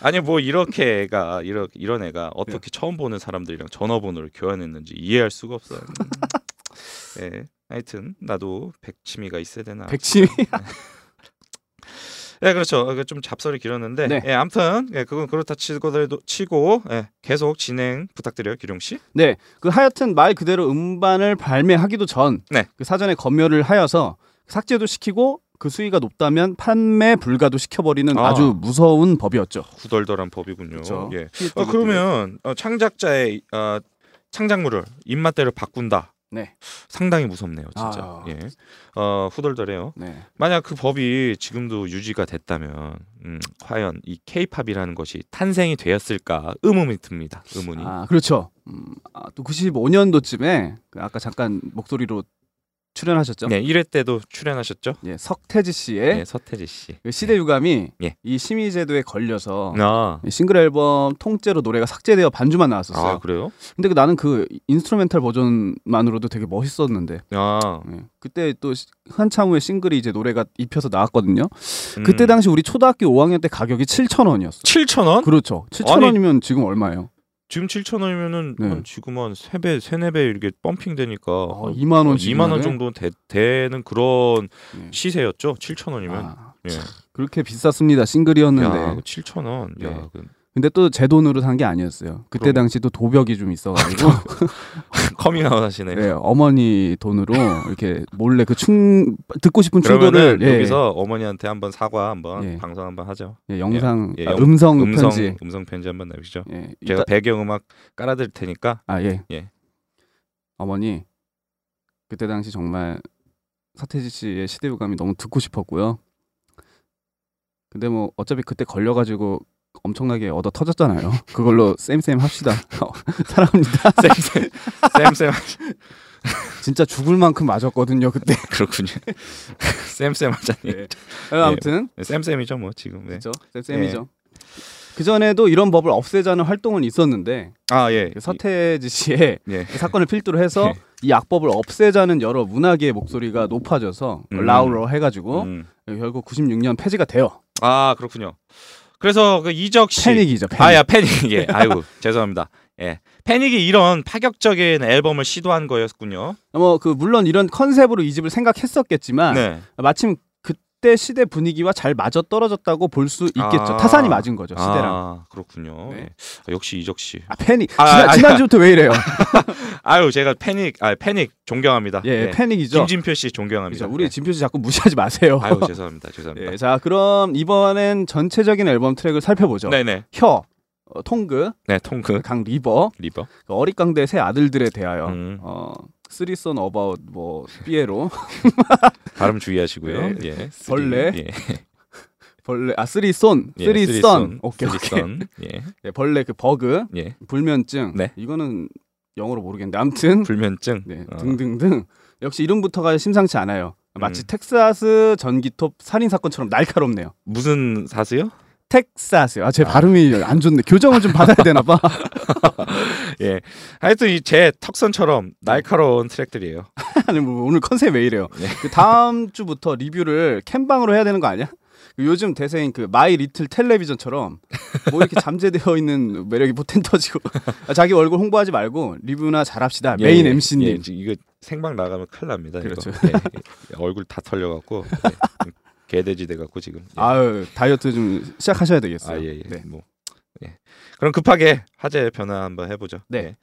[SPEAKER 2] 아니 뭐 이렇게 애가 이렇 이런 애가
[SPEAKER 3] 네.
[SPEAKER 2] 어떻게 처음 보는 사람들이랑 전화번호를 교환했는지 이해할 수가
[SPEAKER 3] (laughs)
[SPEAKER 2] 없어요. 음. 예. 하여튼 나도 백치미가 있어야 되나.
[SPEAKER 3] 백치미.
[SPEAKER 2] 예, 그렇죠. 어, 그좀 잡설이 길었는데.
[SPEAKER 3] 네.
[SPEAKER 2] 예, 아무튼 예, 그건 그렇다 치고도 치고 예, 계속 진행 부탁드려요, 기룡 씨.
[SPEAKER 3] 네, 그 하여튼 말 그대로 음반을 발매하기도 전,
[SPEAKER 2] 네.
[SPEAKER 3] 그 사전에 검열을 하여서 삭제도 시키고 그 수위가 높다면 판매 불가도 시켜버리는
[SPEAKER 2] 아.
[SPEAKER 3] 아. 주 무서운 법이었죠.
[SPEAKER 2] 후덜덜한 법이군요.
[SPEAKER 3] 그렇죠.
[SPEAKER 2] 예. 어, 그러면 어, 창작자의 어, 창작물을 입맛대로 바꾼다.
[SPEAKER 3] 네.
[SPEAKER 2] 상당히 무섭네요, 진짜.
[SPEAKER 3] 아.
[SPEAKER 2] 예. 어, 후덜덜해요.
[SPEAKER 3] 네,
[SPEAKER 2] 만약 그 법이 지금도 유지가 됐다면 음, 과연 이 케이팝이라는 것이 탄생이 되었을까 의문이 듭니다. 의문이.
[SPEAKER 3] 아 그렇죠. 음, 아, 또 95년도쯤에 그 아까 잠깐 목소리로 출연하셨죠.
[SPEAKER 2] 네, 1회 때도 출연하셨죠?
[SPEAKER 3] 예, 석태지 씨의
[SPEAKER 2] 네, 서태지 씨.
[SPEAKER 3] 그 시대 유감이
[SPEAKER 2] 예.
[SPEAKER 3] 이 심의 제도에 걸려서
[SPEAKER 2] 아,
[SPEAKER 3] 이 싱글 앨범 통째로 노래가 삭제되어 반주만 나왔었어요.
[SPEAKER 2] 아 그래요?
[SPEAKER 3] 근데 그 나는 그 인스트루멘탈 버전만으로도 되게 멋있었는데
[SPEAKER 2] 아,
[SPEAKER 3] 예. 그때 또 시- 한창 후에 싱글이 이제 노래가 입혀서 나왔거든요.
[SPEAKER 2] 음.
[SPEAKER 3] 그때 당시 우리 초등학교 5학년 때 가격이 7,000원이었어.
[SPEAKER 2] 7,000원?
[SPEAKER 3] 그렇죠. 7,000원이면 지금 얼마예요?
[SPEAKER 2] 지금 7,000원이면은
[SPEAKER 3] 네.
[SPEAKER 2] 한 지금 한 3배, 3~4배 이렇게 펌핑 되니까
[SPEAKER 3] 어, 2만 원
[SPEAKER 2] 2만 원 정도 되, 되는 그런
[SPEAKER 3] 네.
[SPEAKER 2] 시세였죠. 7,000원이면.
[SPEAKER 3] 아,
[SPEAKER 2] 예.
[SPEAKER 3] 그렇게 비쌌습니다.
[SPEAKER 2] 야,
[SPEAKER 3] 싱글이었는데. 네.
[SPEAKER 2] 7,000원. 야, 그
[SPEAKER 3] 근데 또 제 돈으로 산 게 아니었어요.
[SPEAKER 2] 그럼.
[SPEAKER 3] 그때
[SPEAKER 2] 아,
[SPEAKER 3] 당시 또 도벽이 좀 있어 가지고 (laughs)
[SPEAKER 2] 그 (laughs) 커밍아웃 하시네.
[SPEAKER 3] 예, 어머니 돈으로 이렇게 몰래 그 충 듣고 싶은 충돌을
[SPEAKER 2] 그러면은
[SPEAKER 3] 예,
[SPEAKER 2] 여기서 어머니한테 한번 사과 한번
[SPEAKER 3] 예.
[SPEAKER 2] 방송 한번 하죠.
[SPEAKER 3] 예, 영상
[SPEAKER 2] 예,
[SPEAKER 3] 아,
[SPEAKER 2] 영-
[SPEAKER 3] 음성,
[SPEAKER 2] 음성
[SPEAKER 3] 편지.
[SPEAKER 2] 음성 편지 한번 내주시죠.
[SPEAKER 3] 예.
[SPEAKER 2] 제가
[SPEAKER 3] 이따-
[SPEAKER 2] 배경 음악 깔아드릴 테니까
[SPEAKER 3] 아 예.
[SPEAKER 2] 예.
[SPEAKER 3] 어머니 그때 당시 정말 서태지 씨의 시대유감이 너무 듣고 싶었고요. 근데 뭐 어차피 그때 걸려가지고 엄청나게 얻어 터졌잖아요.
[SPEAKER 2] (laughs)
[SPEAKER 3] 그걸로 쌤쌤 합시다. 어, 사랑합니다.
[SPEAKER 2] 쌤쌤 (laughs) 쌤쌤
[SPEAKER 3] 진짜 죽을 만큼 맞았거든요 그때.
[SPEAKER 2] 그렇군요. (laughs) 쌤쌤 하자니.
[SPEAKER 3] 예. 아무튼
[SPEAKER 2] 쌤쌤이죠 뭐 지금. 네. 예.
[SPEAKER 3] 그죠 쌤쌤이죠. 그 전에도 이런 법을 없애자는 활동은 있었는데
[SPEAKER 2] 아 예.
[SPEAKER 3] 그 서태지 씨의
[SPEAKER 2] 이- 예.
[SPEAKER 3] 그 사건을 필두로 해서
[SPEAKER 2] 예.
[SPEAKER 3] 이 악법을 없애자는 여러 문학의 목소리가 높아져서
[SPEAKER 2] 음.
[SPEAKER 3] 라우러 해가지고
[SPEAKER 2] 음.
[SPEAKER 3] 네, 결국 96년 폐지가 돼요.
[SPEAKER 2] 아 그렇군요. 그래서 그 이적 씨.
[SPEAKER 3] 패닉이죠. 패닉.
[SPEAKER 2] 아야 패닉. 예. 아이고 (laughs) 죄송합니다. 예. 패닉이 이런 파격적인 앨범을 시도한 거였군요.
[SPEAKER 3] 뭐 그 물론 이런 컨셉으로 이 집을 생각했었겠지만
[SPEAKER 2] 네.
[SPEAKER 3] 마침 그때 시대 분위기와 잘 맞아 떨어졌다고 볼 수 있겠죠.
[SPEAKER 2] 아.
[SPEAKER 3] 타산이 맞은 거죠 시대랑. 아.
[SPEAKER 2] 아, 그렇군요.
[SPEAKER 3] 네.
[SPEAKER 2] 예. 아, 역시 이적 씨.
[SPEAKER 3] 패닉.
[SPEAKER 2] 아,
[SPEAKER 3] 지난,
[SPEAKER 2] 아,
[SPEAKER 3] 지난주부터
[SPEAKER 2] (laughs)
[SPEAKER 3] 왜 이래요?
[SPEAKER 2] 아유 제가 패닉 아 패닉 존경합니다.
[SPEAKER 3] 예,
[SPEAKER 2] 예.
[SPEAKER 3] 패닉이죠.
[SPEAKER 2] 김진표 씨 존경합니다.
[SPEAKER 3] 그죠. 우리
[SPEAKER 2] 예.
[SPEAKER 3] 진표 씨 자꾸 무시하지 마세요.
[SPEAKER 2] 아유 죄송합니다. 죄송합니다.
[SPEAKER 3] 예, 자, 그럼 이번엔 전체적인 앨범 트랙을 살펴보죠.
[SPEAKER 2] 네네.
[SPEAKER 3] 혀, 어, 통그,
[SPEAKER 2] 네 통크
[SPEAKER 3] 강 리버,
[SPEAKER 2] 리버.
[SPEAKER 3] 그 어릿강대 세 아들들에 대하여
[SPEAKER 2] 음.
[SPEAKER 3] 어, 쓰리선 어바웃 뭐 피에로
[SPEAKER 2] 발음 주의하시고요.
[SPEAKER 3] 네.
[SPEAKER 2] 예. 쓰리,
[SPEAKER 3] 벌레.
[SPEAKER 2] 예.
[SPEAKER 3] 벌레 아 쓰리손
[SPEAKER 2] 예,
[SPEAKER 3] 쓰리선 오케이 오케이
[SPEAKER 2] 쓰리선. 예.
[SPEAKER 3] 네, 벌레 그 버그
[SPEAKER 2] 예.
[SPEAKER 3] 불면증
[SPEAKER 2] 네.
[SPEAKER 3] 이거는 영어로 모르겠는데 아무튼
[SPEAKER 2] 불면증.
[SPEAKER 3] 네,
[SPEAKER 2] 어,
[SPEAKER 3] 등등등 역시 이름부터가 심상치 않아요 마치
[SPEAKER 2] 음.
[SPEAKER 3] 텍사스 전기톱 살인 사건처럼 날카롭네요
[SPEAKER 2] 무슨 사수요?
[SPEAKER 3] 텍사스 아제 발음이 안 좋네 교정을 좀 받아야 되나 봐
[SPEAKER 2] 예. 하여튼 이 제 턱선처럼 날카로운 트랙들이에요.
[SPEAKER 3] 아니, 뭐 오늘 컨셉 왜 이래요
[SPEAKER 2] 네.
[SPEAKER 3] 그 다음 주부터 리뷰를 캔방으로 해야 되는 거 아니야? 그 요즘 대세인 그 마이 리틀 텔레비전처럼 뭐 이렇게 잠재되어 있는 매력이 포텐 터지고 아, 자기 얼굴 홍보하지 말고 리뷰나 잘합시다
[SPEAKER 2] 예,
[SPEAKER 3] 메인
[SPEAKER 2] 예.
[SPEAKER 3] MC님
[SPEAKER 2] 예, 지- 이거 생방 나가면 큰일 납니다. 이거.
[SPEAKER 3] 그렇죠.
[SPEAKER 2] 예, 예. 얼굴 다 털려갖고 예. 개돼지 돼갖고 지금. 예.
[SPEAKER 3] 아유 다이어트 좀 시작하셔야 되겠어요.
[SPEAKER 2] 아, 예, 예.
[SPEAKER 3] 네.
[SPEAKER 2] 뭐. 예. 그럼 급하게 화제 변화 한번 해보죠.
[SPEAKER 3] 네.
[SPEAKER 2] 예.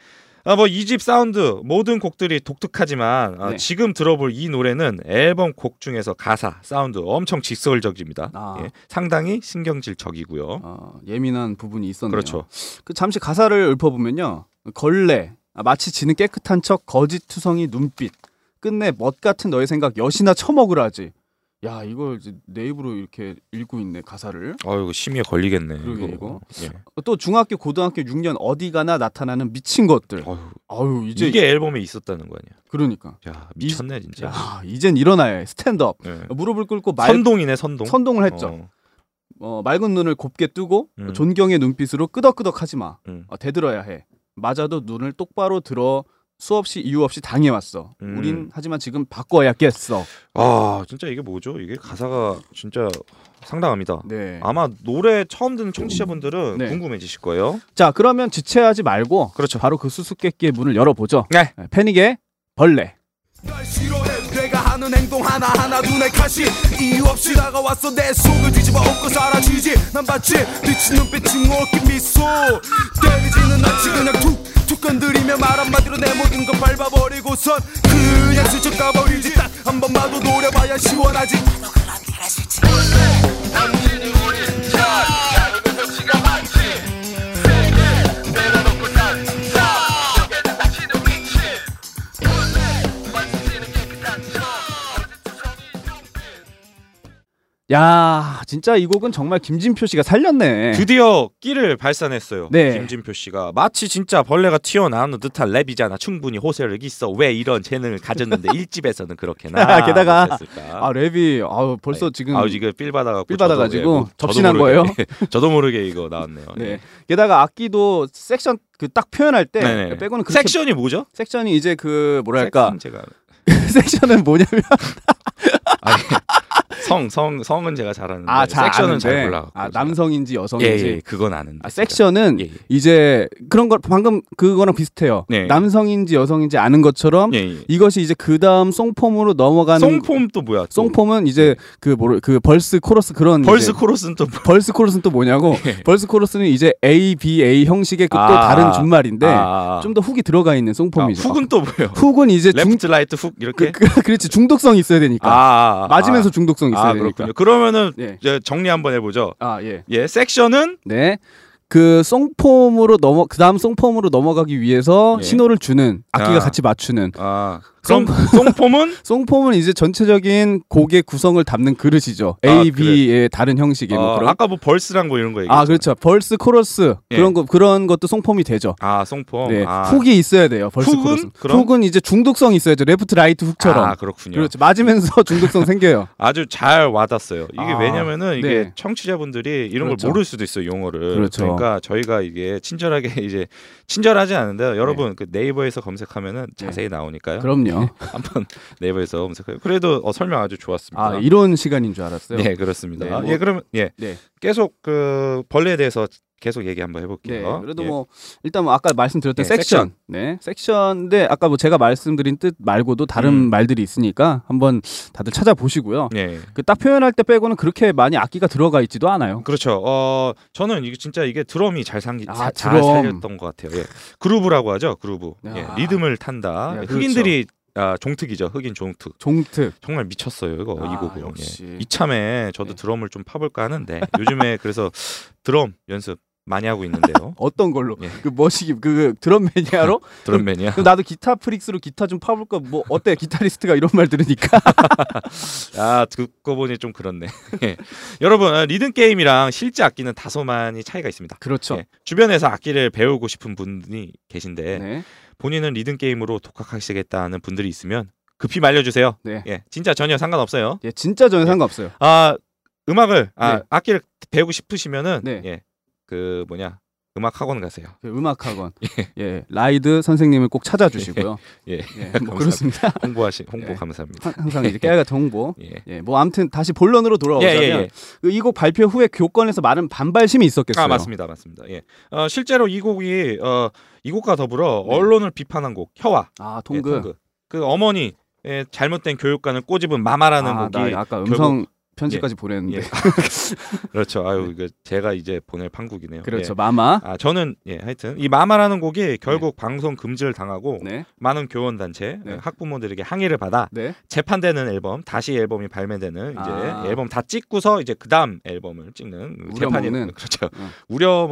[SPEAKER 2] 아, 뭐 이 집 사운드 모든 곡들이 독특하지만 아,
[SPEAKER 3] 네.
[SPEAKER 2] 지금 들어볼 이 노래는 앨범 곡 중에서 가사, 사운드 엄청 직설적입니다.
[SPEAKER 3] 아.
[SPEAKER 2] 예. 상당히 신경질적이고요.
[SPEAKER 3] 어, 예민한 부분이 있었네요.
[SPEAKER 2] 그렇죠.
[SPEAKER 3] 그 잠시 가사를 읊어보면요. 걸레 아, 마치 지는 깨끗한 척 거짓 투성이 눈빛. 끝내 멋 같은 너의 생각 여시나 처먹으라지. 야 이걸 이제 내 입으로 이렇게 읽고 있네 가사를.
[SPEAKER 2] 어이구 심의에 걸리겠네.
[SPEAKER 3] 그러게, 이거.
[SPEAKER 2] 예.
[SPEAKER 3] 또 중학교 고등학교 6년 어디 가나 나타나는 미친 것들.
[SPEAKER 2] 어휴,
[SPEAKER 3] 아유 이제
[SPEAKER 2] 이게 앨범에 있었다는 거 아니야?
[SPEAKER 3] 그러니까.
[SPEAKER 2] 야 미쳤네 진짜.
[SPEAKER 3] 야 이젠 일어나야 해. 스탠드업.
[SPEAKER 2] 예.
[SPEAKER 3] 무릎을 꿇고 말
[SPEAKER 2] 선동이네 선동.
[SPEAKER 3] 선동을 했죠.
[SPEAKER 2] 어,
[SPEAKER 3] 어, 맑은 눈을 곱게 뜨고
[SPEAKER 2] 음.
[SPEAKER 3] 존경의 눈빛으로 끄덕끄덕하지 마.
[SPEAKER 2] 음.
[SPEAKER 3] 어, 대들어야 해. 맞아도 눈을 똑바로 들어 수없이 이유 없이 당해왔어.
[SPEAKER 2] 음.
[SPEAKER 3] 우린 하지만 지금 바꿔야겠어.
[SPEAKER 2] 아 진짜 이게 뭐죠? 이게 가사가 진짜 상당합니다.
[SPEAKER 3] 네.
[SPEAKER 2] 아마 노래 처음 듣는 청취자분들은
[SPEAKER 3] 네.
[SPEAKER 2] 궁금해지실 거예요.
[SPEAKER 3] 자 그러면 지체하지 말고
[SPEAKER 2] 그렇죠.
[SPEAKER 3] 바로 그 수수께끼의 문을 열어보죠.
[SPEAKER 2] 네.
[SPEAKER 3] 네, 패닉의 벌레.
[SPEAKER 8] 날 싫어해 내가 하는 행동 하나하나 눈에 가시 이유 없이 다가왔어 내 속을 뒤집어 엎고 사라지지 난 봤지 비친 눈빛이 먹힌 미소 때리지는 않지 그냥 툭툭 건드리며 말 한마디로 내 모든 걸 밟아버리고선 그냥 슬쩍 가버리지 딱 한 번 봐도 노려봐야 시원하지
[SPEAKER 3] 야 진짜 이 곡은 정말 김진표 씨가 살렸네. (laughs)
[SPEAKER 2] 드디어 끼를 발산했어요.
[SPEAKER 3] 네.
[SPEAKER 2] 김진표 씨가 마치 진짜 벌레가 튀어나오는 듯한 랩이잖아. 충분히 호세력이 있어. 왜 이런 재능을 가졌는데 일집에서는
[SPEAKER 3] (laughs)
[SPEAKER 2] 그렇게나
[SPEAKER 3] 아, 게다가
[SPEAKER 2] 아, 못했을까?
[SPEAKER 3] 아 랩이 아우 벌써 지금
[SPEAKER 2] 아 지금 삘 받아가지고
[SPEAKER 3] 삘 받아가지고 접신한
[SPEAKER 2] (laughs) 저도 모르게 이거 나왔네요.
[SPEAKER 3] 네. 게다가 악기도 섹션 그 딱 표현할 때
[SPEAKER 2] 네네.
[SPEAKER 3] 빼고는 그렇게
[SPEAKER 2] 섹션이 뭐죠?
[SPEAKER 3] 섹션이 이제 그 뭐랄까
[SPEAKER 2] 섹션 제가
[SPEAKER 3] (laughs) 섹션은 뭐냐면
[SPEAKER 2] 성, 성, 성은 제가 잘 아는데
[SPEAKER 3] 아, 잘
[SPEAKER 2] 네, 섹션은
[SPEAKER 3] 아는데.
[SPEAKER 2] 잘 몰라.
[SPEAKER 3] 아, 남성인지
[SPEAKER 2] 예,
[SPEAKER 3] 여성인지.
[SPEAKER 2] 예, 그건 아는데.
[SPEAKER 3] 아, 섹션은
[SPEAKER 2] 예, 예.
[SPEAKER 3] 이제 그런 걸 방금 그거랑 비슷해요.
[SPEAKER 2] 네.
[SPEAKER 3] 남성인지 여성인지 아는 것처럼
[SPEAKER 2] 예, 예.
[SPEAKER 3] 이것이 이제 그 다음 송폼으로 넘어가는
[SPEAKER 2] 송폼 아, 또 뭐야? 또.
[SPEAKER 3] 송폼은 이제 그 뭐를 그 벌스 코러스 그런
[SPEAKER 2] 벌스
[SPEAKER 3] 이제-
[SPEAKER 2] 코러스는 또 뭐야?
[SPEAKER 3] 벌스 코러스는
[SPEAKER 2] (laughs)
[SPEAKER 3] 또 뭐냐고 벌스 코러스는 이제 A B A 형식의 그 또
[SPEAKER 2] 아.
[SPEAKER 3] 다른 준말인데
[SPEAKER 2] 아.
[SPEAKER 3] 좀 더 훅이 들어가 있는 송폼이죠.
[SPEAKER 2] 아, 훅은 또 뭐예요?
[SPEAKER 3] 훅은 이제 중,
[SPEAKER 2] 레프트 라이트 훅 이렇게?
[SPEAKER 3] 그, (laughs) 그, 그렇지 중독성이 있어야 되니까
[SPEAKER 2] 아, 아, 아.
[SPEAKER 3] 맞으면서 중독성이 있어야
[SPEAKER 2] 아,
[SPEAKER 3] 되니까.
[SPEAKER 2] 그렇군요. 그러면은
[SPEAKER 3] 예.
[SPEAKER 2] 이제 정리 한번 해보죠.
[SPEAKER 3] 아 예.
[SPEAKER 2] 예, 섹션은
[SPEAKER 3] 네. 그 송폼으로 넘어 그다음 송폼으로 넘어가기 위해서
[SPEAKER 2] 예.
[SPEAKER 3] 신호를 주는 악기가
[SPEAKER 2] 아.
[SPEAKER 3] 같이 맞추는
[SPEAKER 2] 아, 그럼
[SPEAKER 3] (laughs)
[SPEAKER 2] 송폼은
[SPEAKER 3] 송폼은 이제 전체적인 곡의 구성을 담는 그릇이죠. A,
[SPEAKER 2] 아,
[SPEAKER 3] B의 다른 형식의 뭐
[SPEAKER 2] 어,
[SPEAKER 3] 그런.
[SPEAKER 2] 아까 뭐 벌스랑 뭐 이런 거 얘기.
[SPEAKER 3] 아 그렇죠. 벌스 코러스
[SPEAKER 2] 예.
[SPEAKER 3] 그런 거 그런 것도 송폼이 되죠.
[SPEAKER 2] 아, 송폼.
[SPEAKER 3] 네.
[SPEAKER 2] 아.
[SPEAKER 3] 훅이 있어야 돼요. 벌스
[SPEAKER 2] 훅은?
[SPEAKER 3] 코러스.
[SPEAKER 2] 그럼?
[SPEAKER 3] 훅은 이제 중독성 이 있어야죠. 레프트 라이트 훅처럼.
[SPEAKER 2] 아, 그렇군요.
[SPEAKER 3] 그렇죠. 맞으면서 (laughs) 중독성 생겨요.
[SPEAKER 2] 아주 잘 와닿았어요. 이게
[SPEAKER 3] 아,
[SPEAKER 2] 왜냐면은 이게
[SPEAKER 3] 네.
[SPEAKER 2] 청취자분들이 이런
[SPEAKER 3] 그렇죠.
[SPEAKER 2] 걸 모를 수도 있어요, 용어를.
[SPEAKER 3] 그렇죠.
[SPEAKER 2] 러니까 저희가 이게 친절하게 (laughs) 이제 친절하지 않은데요. 여러분 그 네이버에서 검색하면은 자세히 나오니까요.
[SPEAKER 3] 네. 그럼요.
[SPEAKER 2] (laughs) 한번 네이버에서 검색해요. 그래도 어, 설명 아주 좋았습니다.
[SPEAKER 3] 아 이런 시간인 줄 알았어요.
[SPEAKER 2] 네, 그렇습니다.
[SPEAKER 3] 네, 뭐-
[SPEAKER 2] 예, 그러면 예.
[SPEAKER 3] 네.
[SPEAKER 2] 계속 그 벌레에 대해서 계속 얘기 한번 해
[SPEAKER 3] 네,
[SPEAKER 2] 볼게요.
[SPEAKER 3] 그래도 뭐 일단 뭐 아까
[SPEAKER 2] 예.
[SPEAKER 3] 말씀드렸던
[SPEAKER 2] 네,
[SPEAKER 3] 섹션,
[SPEAKER 2] 섹션.
[SPEAKER 3] 네, 섹션인데 아까 뭐 제가 말씀드린 뜻 말고도 다른
[SPEAKER 2] 음.
[SPEAKER 3] 말들이 있으니까 한번 다들 찾아보시고요.
[SPEAKER 2] 예.
[SPEAKER 3] 그 딱 표현할 때 빼고는 그렇게 많이 악기가 들어가 있지도 않아요.
[SPEAKER 2] 그렇죠. 어 저는 이게 진짜 이게 드럼이 잘 상기
[SPEAKER 3] 아,
[SPEAKER 2] 사-
[SPEAKER 3] 드럼.
[SPEAKER 2] 잘 살렸던 것 같아요. 예. 그루브라고 하죠. 그루브. 예.
[SPEAKER 3] 아. 그렇죠.
[SPEAKER 2] 리듬을 탄다.
[SPEAKER 3] 야,
[SPEAKER 2] 흑인들이 아, 종특이죠. 흑인 종특.
[SPEAKER 3] 종특.
[SPEAKER 2] 정말 미쳤어요. 이거
[SPEAKER 3] 아,
[SPEAKER 2] 이 곡은.
[SPEAKER 3] 역시.
[SPEAKER 2] 예. 이참에 저도
[SPEAKER 3] 네.
[SPEAKER 2] 드럼을 좀 파볼까 하는데
[SPEAKER 3] (laughs)
[SPEAKER 2] 요즘에 그래서 드럼 연습 많이 하고 있는데요.
[SPEAKER 3] 어떤 걸로?
[SPEAKER 2] 예.
[SPEAKER 3] 그 머시기 그 드럼
[SPEAKER 2] (laughs)
[SPEAKER 3] 매니아로?
[SPEAKER 2] 드럼 매니아.
[SPEAKER 3] 그럼 나도 기타 프릭스로 기타 좀 파볼까? 뭐 어때? 기타리스트가 이런 말
[SPEAKER 2] (laughs)
[SPEAKER 3] 들으니까.
[SPEAKER 2] 아 듣고 보니 좀 그렇네. 예. 여러분 아, 리듬 게임이랑 실제 악기는 다소만이 차이가 있습니다.
[SPEAKER 3] 그렇죠.
[SPEAKER 2] 예. 주변에서 악기를 배우고 싶은 분이 계신데
[SPEAKER 3] 네.
[SPEAKER 2] 본인은 리듬 게임으로 독학하시겠다는 분들이 있으면 급히 말려주세요.
[SPEAKER 3] 네.
[SPEAKER 2] 예, 진짜 전혀 상관없어요.
[SPEAKER 3] 예, 진짜 전혀 상관없어요.
[SPEAKER 2] 아 음악을 아
[SPEAKER 3] 네.
[SPEAKER 2] 악기를 배우고 싶으시면은
[SPEAKER 3] 네.
[SPEAKER 2] 예, 그 뭐냐 음악 학원 가세요. (laughs)
[SPEAKER 3] 그 음악학원. 예. 라이드 선생님을 꼭 찾아주시고요.
[SPEAKER 2] 예,
[SPEAKER 3] 뭐
[SPEAKER 2] 감사합니다.
[SPEAKER 3] 그렇습니다. (laughs)
[SPEAKER 2] 홍보하시 홍보
[SPEAKER 3] 예.
[SPEAKER 2] 감사합니다.
[SPEAKER 3] 항- 항상 이제 깨알 같은 홍보.
[SPEAKER 2] 예.
[SPEAKER 3] 예, 뭐 아무튼 다시 본론으로
[SPEAKER 2] 예,
[SPEAKER 3] 돌아오자면 그
[SPEAKER 2] 예, 예.
[SPEAKER 3] 이 곡 발표 후에 교권에서 많은 반발심이 있었겠어요.
[SPEAKER 2] 아 맞습니다, 맞습니다. 예, 어, 실제로 이 곡이 어, 이 곡과 더불어
[SPEAKER 3] 네.
[SPEAKER 2] 언론을 비판한 곡 혀와
[SPEAKER 3] 아
[SPEAKER 2] 예,
[SPEAKER 3] 통그.
[SPEAKER 2] 그 어머니 의 잘못된 교육관을 꼬집은 마마라는
[SPEAKER 3] 아,
[SPEAKER 2] 곡이
[SPEAKER 3] 나 아까 음성 편지까지 보냈는데
[SPEAKER 2] 예. (laughs) 그렇죠. 아유 이거 제가 이제 보낼 판국이네요.
[SPEAKER 3] 그렇죠
[SPEAKER 2] 예.
[SPEAKER 3] 마마
[SPEAKER 2] 아 저는 예 하여튼 이 마마라는 곡이 결국 방송 금지를 당하고
[SPEAKER 3] 네
[SPEAKER 2] 많은 교원 단체
[SPEAKER 3] 네.
[SPEAKER 2] 학부모들에게 항의를 받아
[SPEAKER 3] 네.
[SPEAKER 2] 재판되는 앨범 다시 앨범이 발매되는 이제
[SPEAKER 3] 아.
[SPEAKER 2] 앨범 다 찍고서 이제 그다음 앨범을 찍는 재판이
[SPEAKER 3] 우려먹는. 네.
[SPEAKER 2] 그렇죠
[SPEAKER 3] 응.
[SPEAKER 2] 우려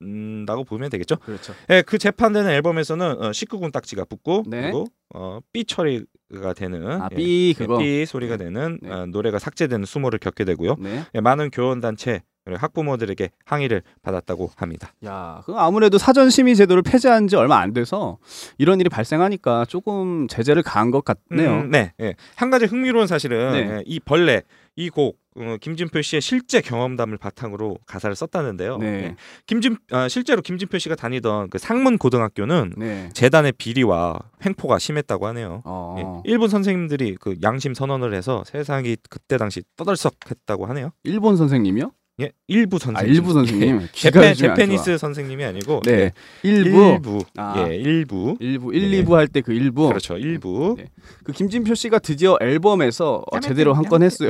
[SPEAKER 2] 먹는다고 보면 되겠죠
[SPEAKER 3] 그렇죠
[SPEAKER 2] 예, 그 재판되는 앨범에서는 어, 19군 딱지가 붙고
[SPEAKER 3] 네.
[SPEAKER 2] 그리고 어, 삐 처리가 되는 예,
[SPEAKER 3] 아삐
[SPEAKER 2] 예,
[SPEAKER 3] 그거
[SPEAKER 2] 삐 소리가 되는
[SPEAKER 3] 네.
[SPEAKER 2] 어, 노래가 삭제되는 수모를 겪게 되고요
[SPEAKER 3] 네.
[SPEAKER 2] 예, 많은 교원 단체 그리고 학부모들에게 항의를 받았다고 합니다
[SPEAKER 3] 야, 그 아무래도 사전 심의 제도를 폐지한 지 얼마 안 돼서 이런 일이 발생하니까 조금 제재를 가한 것 같네요.
[SPEAKER 2] 음, 네. 예. 한 가지 흥미로운 사실은
[SPEAKER 3] 네.
[SPEAKER 2] 예, 이 벌레 이 곡 어, 김진표 씨의 실제 경험담을 바탕으로 가사를 썼다는데요.
[SPEAKER 3] 네.
[SPEAKER 2] 예. 김진 아, 실제로 김진표 씨가 다니던 그 상문 고등학교는
[SPEAKER 3] 네.
[SPEAKER 2] 재단의 비리와 횡포가 심했다고 하네요.
[SPEAKER 3] 어.
[SPEAKER 2] 예. 일본 선생님들이 그 양심 선언을 해서 세상이 그때 당시 떠들썩했다고 하네요.
[SPEAKER 3] 일본 선생님이요?
[SPEAKER 2] 예, 일부 선생님.
[SPEAKER 3] 아, 일부 선생님. 귀가
[SPEAKER 2] 제페,
[SPEAKER 3] 요즘에 안
[SPEAKER 2] 제페니스 선생님이 아니고
[SPEAKER 3] 좋아. 네.
[SPEAKER 2] 예,
[SPEAKER 3] 일부. 아.
[SPEAKER 2] 아. 예, 일부.
[SPEAKER 3] 일부, 일,
[SPEAKER 2] 네.
[SPEAKER 3] 이부 할 때 그 일부.
[SPEAKER 2] 그렇죠. 일부.
[SPEAKER 3] 네. 그 김진표 씨가 드디어 앨범에서 어, 제대로 한 건 했어요.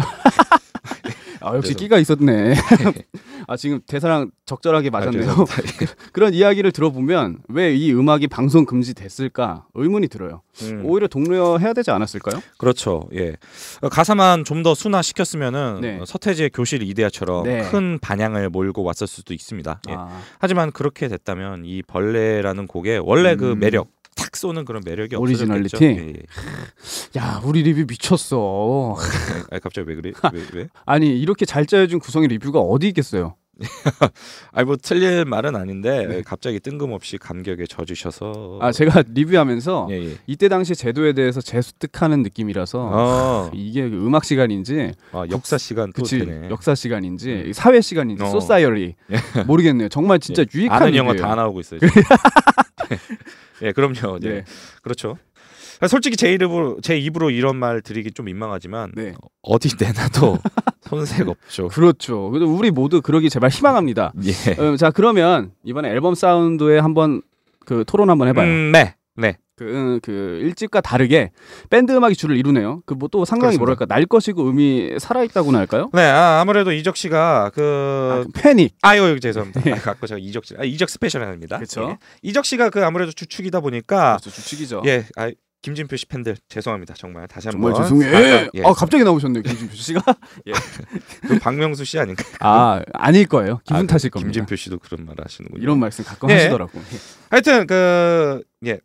[SPEAKER 3] 아, 역시
[SPEAKER 2] 그래서- (laughs)
[SPEAKER 3] 끼가 있었네. 아, 지금 대사랑 적절하게
[SPEAKER 2] 아,
[SPEAKER 3] 맞았네요.
[SPEAKER 2] 죄송합니다.
[SPEAKER 3] (laughs) 그런 이야기를 들어보면 왜 이 음악이 방송 금지됐을까 의문이 들어요.
[SPEAKER 2] 음.
[SPEAKER 3] 오히려 독려해야 되지 않았을까요?
[SPEAKER 2] 그렇죠. 예. 어, 가사만 좀 더 순화시켰으면은
[SPEAKER 3] 네.
[SPEAKER 2] 어, 서태지의 교실 이데아처럼
[SPEAKER 3] 네.
[SPEAKER 2] 큰 반향을 몰고 왔을 수도 있습니다. 예.
[SPEAKER 3] 아,
[SPEAKER 2] 하지만 그렇게 됐다면 이 벌레라는 곡의 원래 그
[SPEAKER 3] 음.
[SPEAKER 2] 매력 탁 쏘는 그런 매력이
[SPEAKER 3] 오리지널리티?
[SPEAKER 2] 없어졌겠죠. 예, 예.
[SPEAKER 3] 야 우리 리뷰 미쳤어.
[SPEAKER 2] 아, 갑자기 왜 그래? 왜 왜?
[SPEAKER 3] 아니 이렇게 잘 짜여진 구성의 리뷰가 어디 있겠어요?
[SPEAKER 2] (laughs) 아니 뭐 틀릴 말은 아닌데 갑자기 뜬금없이 감격에 젖으셔서
[SPEAKER 3] 아 제가 리뷰하면서
[SPEAKER 2] 예, 예.
[SPEAKER 3] 이때 당시 제도에 대해서 재수득하는 느낌이라서
[SPEAKER 2] 어,
[SPEAKER 3] 이게 그 음악 시간인지
[SPEAKER 2] 아, 역사 시간 또
[SPEAKER 3] 그치
[SPEAKER 2] 되네.
[SPEAKER 3] 역사 시간인지 사회 시간인지
[SPEAKER 2] 어.
[SPEAKER 3] 소사이어리 (laughs) 모르겠네요. 정말 진짜
[SPEAKER 2] 예.
[SPEAKER 3] 유익한
[SPEAKER 2] 아는 영어
[SPEAKER 3] 리뷰예요. 그
[SPEAKER 2] 다 나오고 있어요.
[SPEAKER 3] (laughs)
[SPEAKER 2] 지금. 예, 그럼요. 예.
[SPEAKER 3] 네.
[SPEAKER 2] 그렇죠. 아, 솔직히 제 입으로 제 입으로 이런 말 드리기 좀 민망하지만
[SPEAKER 3] 네.
[SPEAKER 2] 어디 내놔도 (laughs) 손색 없죠.
[SPEAKER 3] 그렇죠. 그래서 우리 모두 그러기 제발 희망합니다.
[SPEAKER 2] 예.
[SPEAKER 3] 어, 자 그러면 이번에 앨범 사운드에 한번 그 토론 한번 해봐요.
[SPEAKER 2] 음, 네. 네.
[SPEAKER 3] 그, 그 일집과 다르게 밴드 음악이 주를 이루네요. 그 뭐 또 상당히
[SPEAKER 2] 그렇습니다.
[SPEAKER 3] 뭐랄까 날 것이고 의미 살아 있다고나 할까요?
[SPEAKER 2] 네. 아, 아무래도 이적 씨가
[SPEAKER 3] 아,
[SPEAKER 2] 그
[SPEAKER 3] 패닉.
[SPEAKER 2] 아유 죄송합니다. 아, 갖고 제가 이적 씨. 아, 이적 스페셜입니다.
[SPEAKER 3] 예. 그쵸.
[SPEAKER 2] 예. 이적 씨가 그 아무래도 주축이다 보니까
[SPEAKER 3] 그렇죠, 주축이죠.
[SPEAKER 2] 예. 아, 김진표 씨 팬들 죄송합니다. 정말 다시 한번
[SPEAKER 3] 정말 죄송해요. 아,
[SPEAKER 2] 아, 예.
[SPEAKER 3] 갑자기 나오셨네요, 김진표 씨가.
[SPEAKER 2] 그 박명수 씨 (laughs) 아닌가?
[SPEAKER 3] 아 아닐 거예요. 기분
[SPEAKER 2] 아,
[SPEAKER 3] 탓일 겁니다.
[SPEAKER 2] 김진표 씨도 그런 말 하시는군요.
[SPEAKER 3] 이런 말씀 가끔
[SPEAKER 2] 예.
[SPEAKER 3] 하시더라고. 요
[SPEAKER 2] 하여튼 그 예,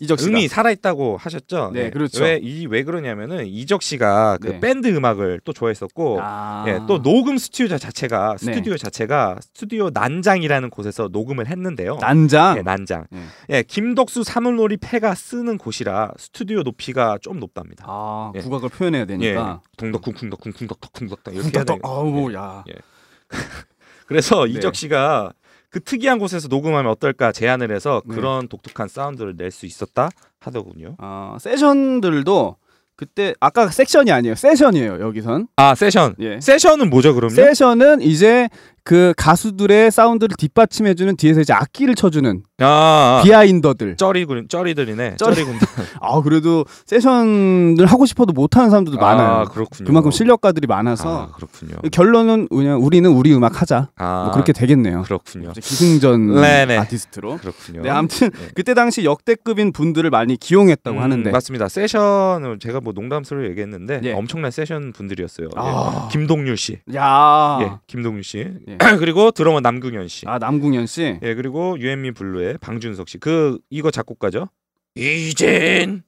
[SPEAKER 3] 이적 씨가.
[SPEAKER 2] 음이 살아있다고 하셨죠. 예.
[SPEAKER 3] 네, 그렇죠.
[SPEAKER 2] 왜 이 왜 그러냐면은 이적 씨가 그
[SPEAKER 3] 네.
[SPEAKER 2] 밴드 음악을 또 좋아했었고.
[SPEAKER 3] 아.
[SPEAKER 2] 예, 또 녹음 스튜디오 자체가
[SPEAKER 3] 네.
[SPEAKER 2] 스튜디오 자체가 스튜디오 난장이라는 곳에서 녹음을 했는데요.
[SPEAKER 3] 난장.
[SPEAKER 2] 예, 난장.
[SPEAKER 3] 네.
[SPEAKER 2] 예, 김덕수 사물놀이 패가 쓰는 곳이라 스튜디오 높이가 좀 높답니다.
[SPEAKER 3] 아 그러니까.
[SPEAKER 2] 예.
[SPEAKER 3] 국악을 표현해야 되니까.
[SPEAKER 2] 예, 동덕쿵 쿵덕쿵 쿵덕덕 쿵덕덕 이렇게 해야
[SPEAKER 3] 쿵떡떡.
[SPEAKER 2] 되겠다.
[SPEAKER 3] 아우 야.
[SPEAKER 2] 그래서
[SPEAKER 3] 네.
[SPEAKER 2] 이적 씨가 그 특이한 곳에서 녹음하면 어떨까 제안을 해서
[SPEAKER 3] 네.
[SPEAKER 2] 그런 독특한 사운드를 낼 수 있었다 하더군요.
[SPEAKER 3] 아 세션들도 그때 아까 섹션이 아니에요. 세션이에요 여기선.
[SPEAKER 2] 아 세션.
[SPEAKER 3] 예.
[SPEAKER 2] 세션은 뭐죠 그럼요?
[SPEAKER 3] 세션은 이제 그 가수들의 사운드를 뒷받침해주는 뒤에서 이제 악기를 쳐주는
[SPEAKER 2] 아, 아.
[SPEAKER 3] 비하인더들.
[SPEAKER 2] 쩌리 군 쩌리들이네.
[SPEAKER 3] (laughs) 쩌리-
[SPEAKER 2] 쩌리 군단.
[SPEAKER 3] 아 그래도 세션을 하고 싶어도 못하는 사람들도
[SPEAKER 2] 아,
[SPEAKER 3] 많아요.
[SPEAKER 2] 그렇군요.
[SPEAKER 3] 그만큼 실력가들이
[SPEAKER 2] 아,
[SPEAKER 3] 많아서
[SPEAKER 2] 그렇군요.
[SPEAKER 3] 결론은 그냥 우리는 우리 음악 하자.
[SPEAKER 2] 아,
[SPEAKER 3] 뭐 그렇게 되겠네요.
[SPEAKER 2] 그렇군요.
[SPEAKER 3] 이제 기승전
[SPEAKER 2] 네네.
[SPEAKER 3] 아티스트로.
[SPEAKER 2] 그렇군요.
[SPEAKER 3] 네 아무튼
[SPEAKER 2] 네.
[SPEAKER 3] 그때 당시 역대급인 분들을 많이 기용했다고
[SPEAKER 2] 음,
[SPEAKER 3] 하는데.
[SPEAKER 2] 맞습니다. 세션은 제가 뭐 농담스러워 얘기했는데
[SPEAKER 3] 예.
[SPEAKER 2] 엄청난 세션 분들이었어요.
[SPEAKER 3] 아.
[SPEAKER 2] 예. 김동률 씨,
[SPEAKER 3] 야.
[SPEAKER 2] 예, 김동률 씨,
[SPEAKER 3] 예.
[SPEAKER 2] (clears throat) 그리고 드러머 남궁현 씨,
[SPEAKER 3] 아 남궁현 씨.
[SPEAKER 2] 예, 그리고 유앤미 블루의 방준석 씨, 그 이거 작곡가죠.
[SPEAKER 3] (laughs)
[SPEAKER 2] 이젠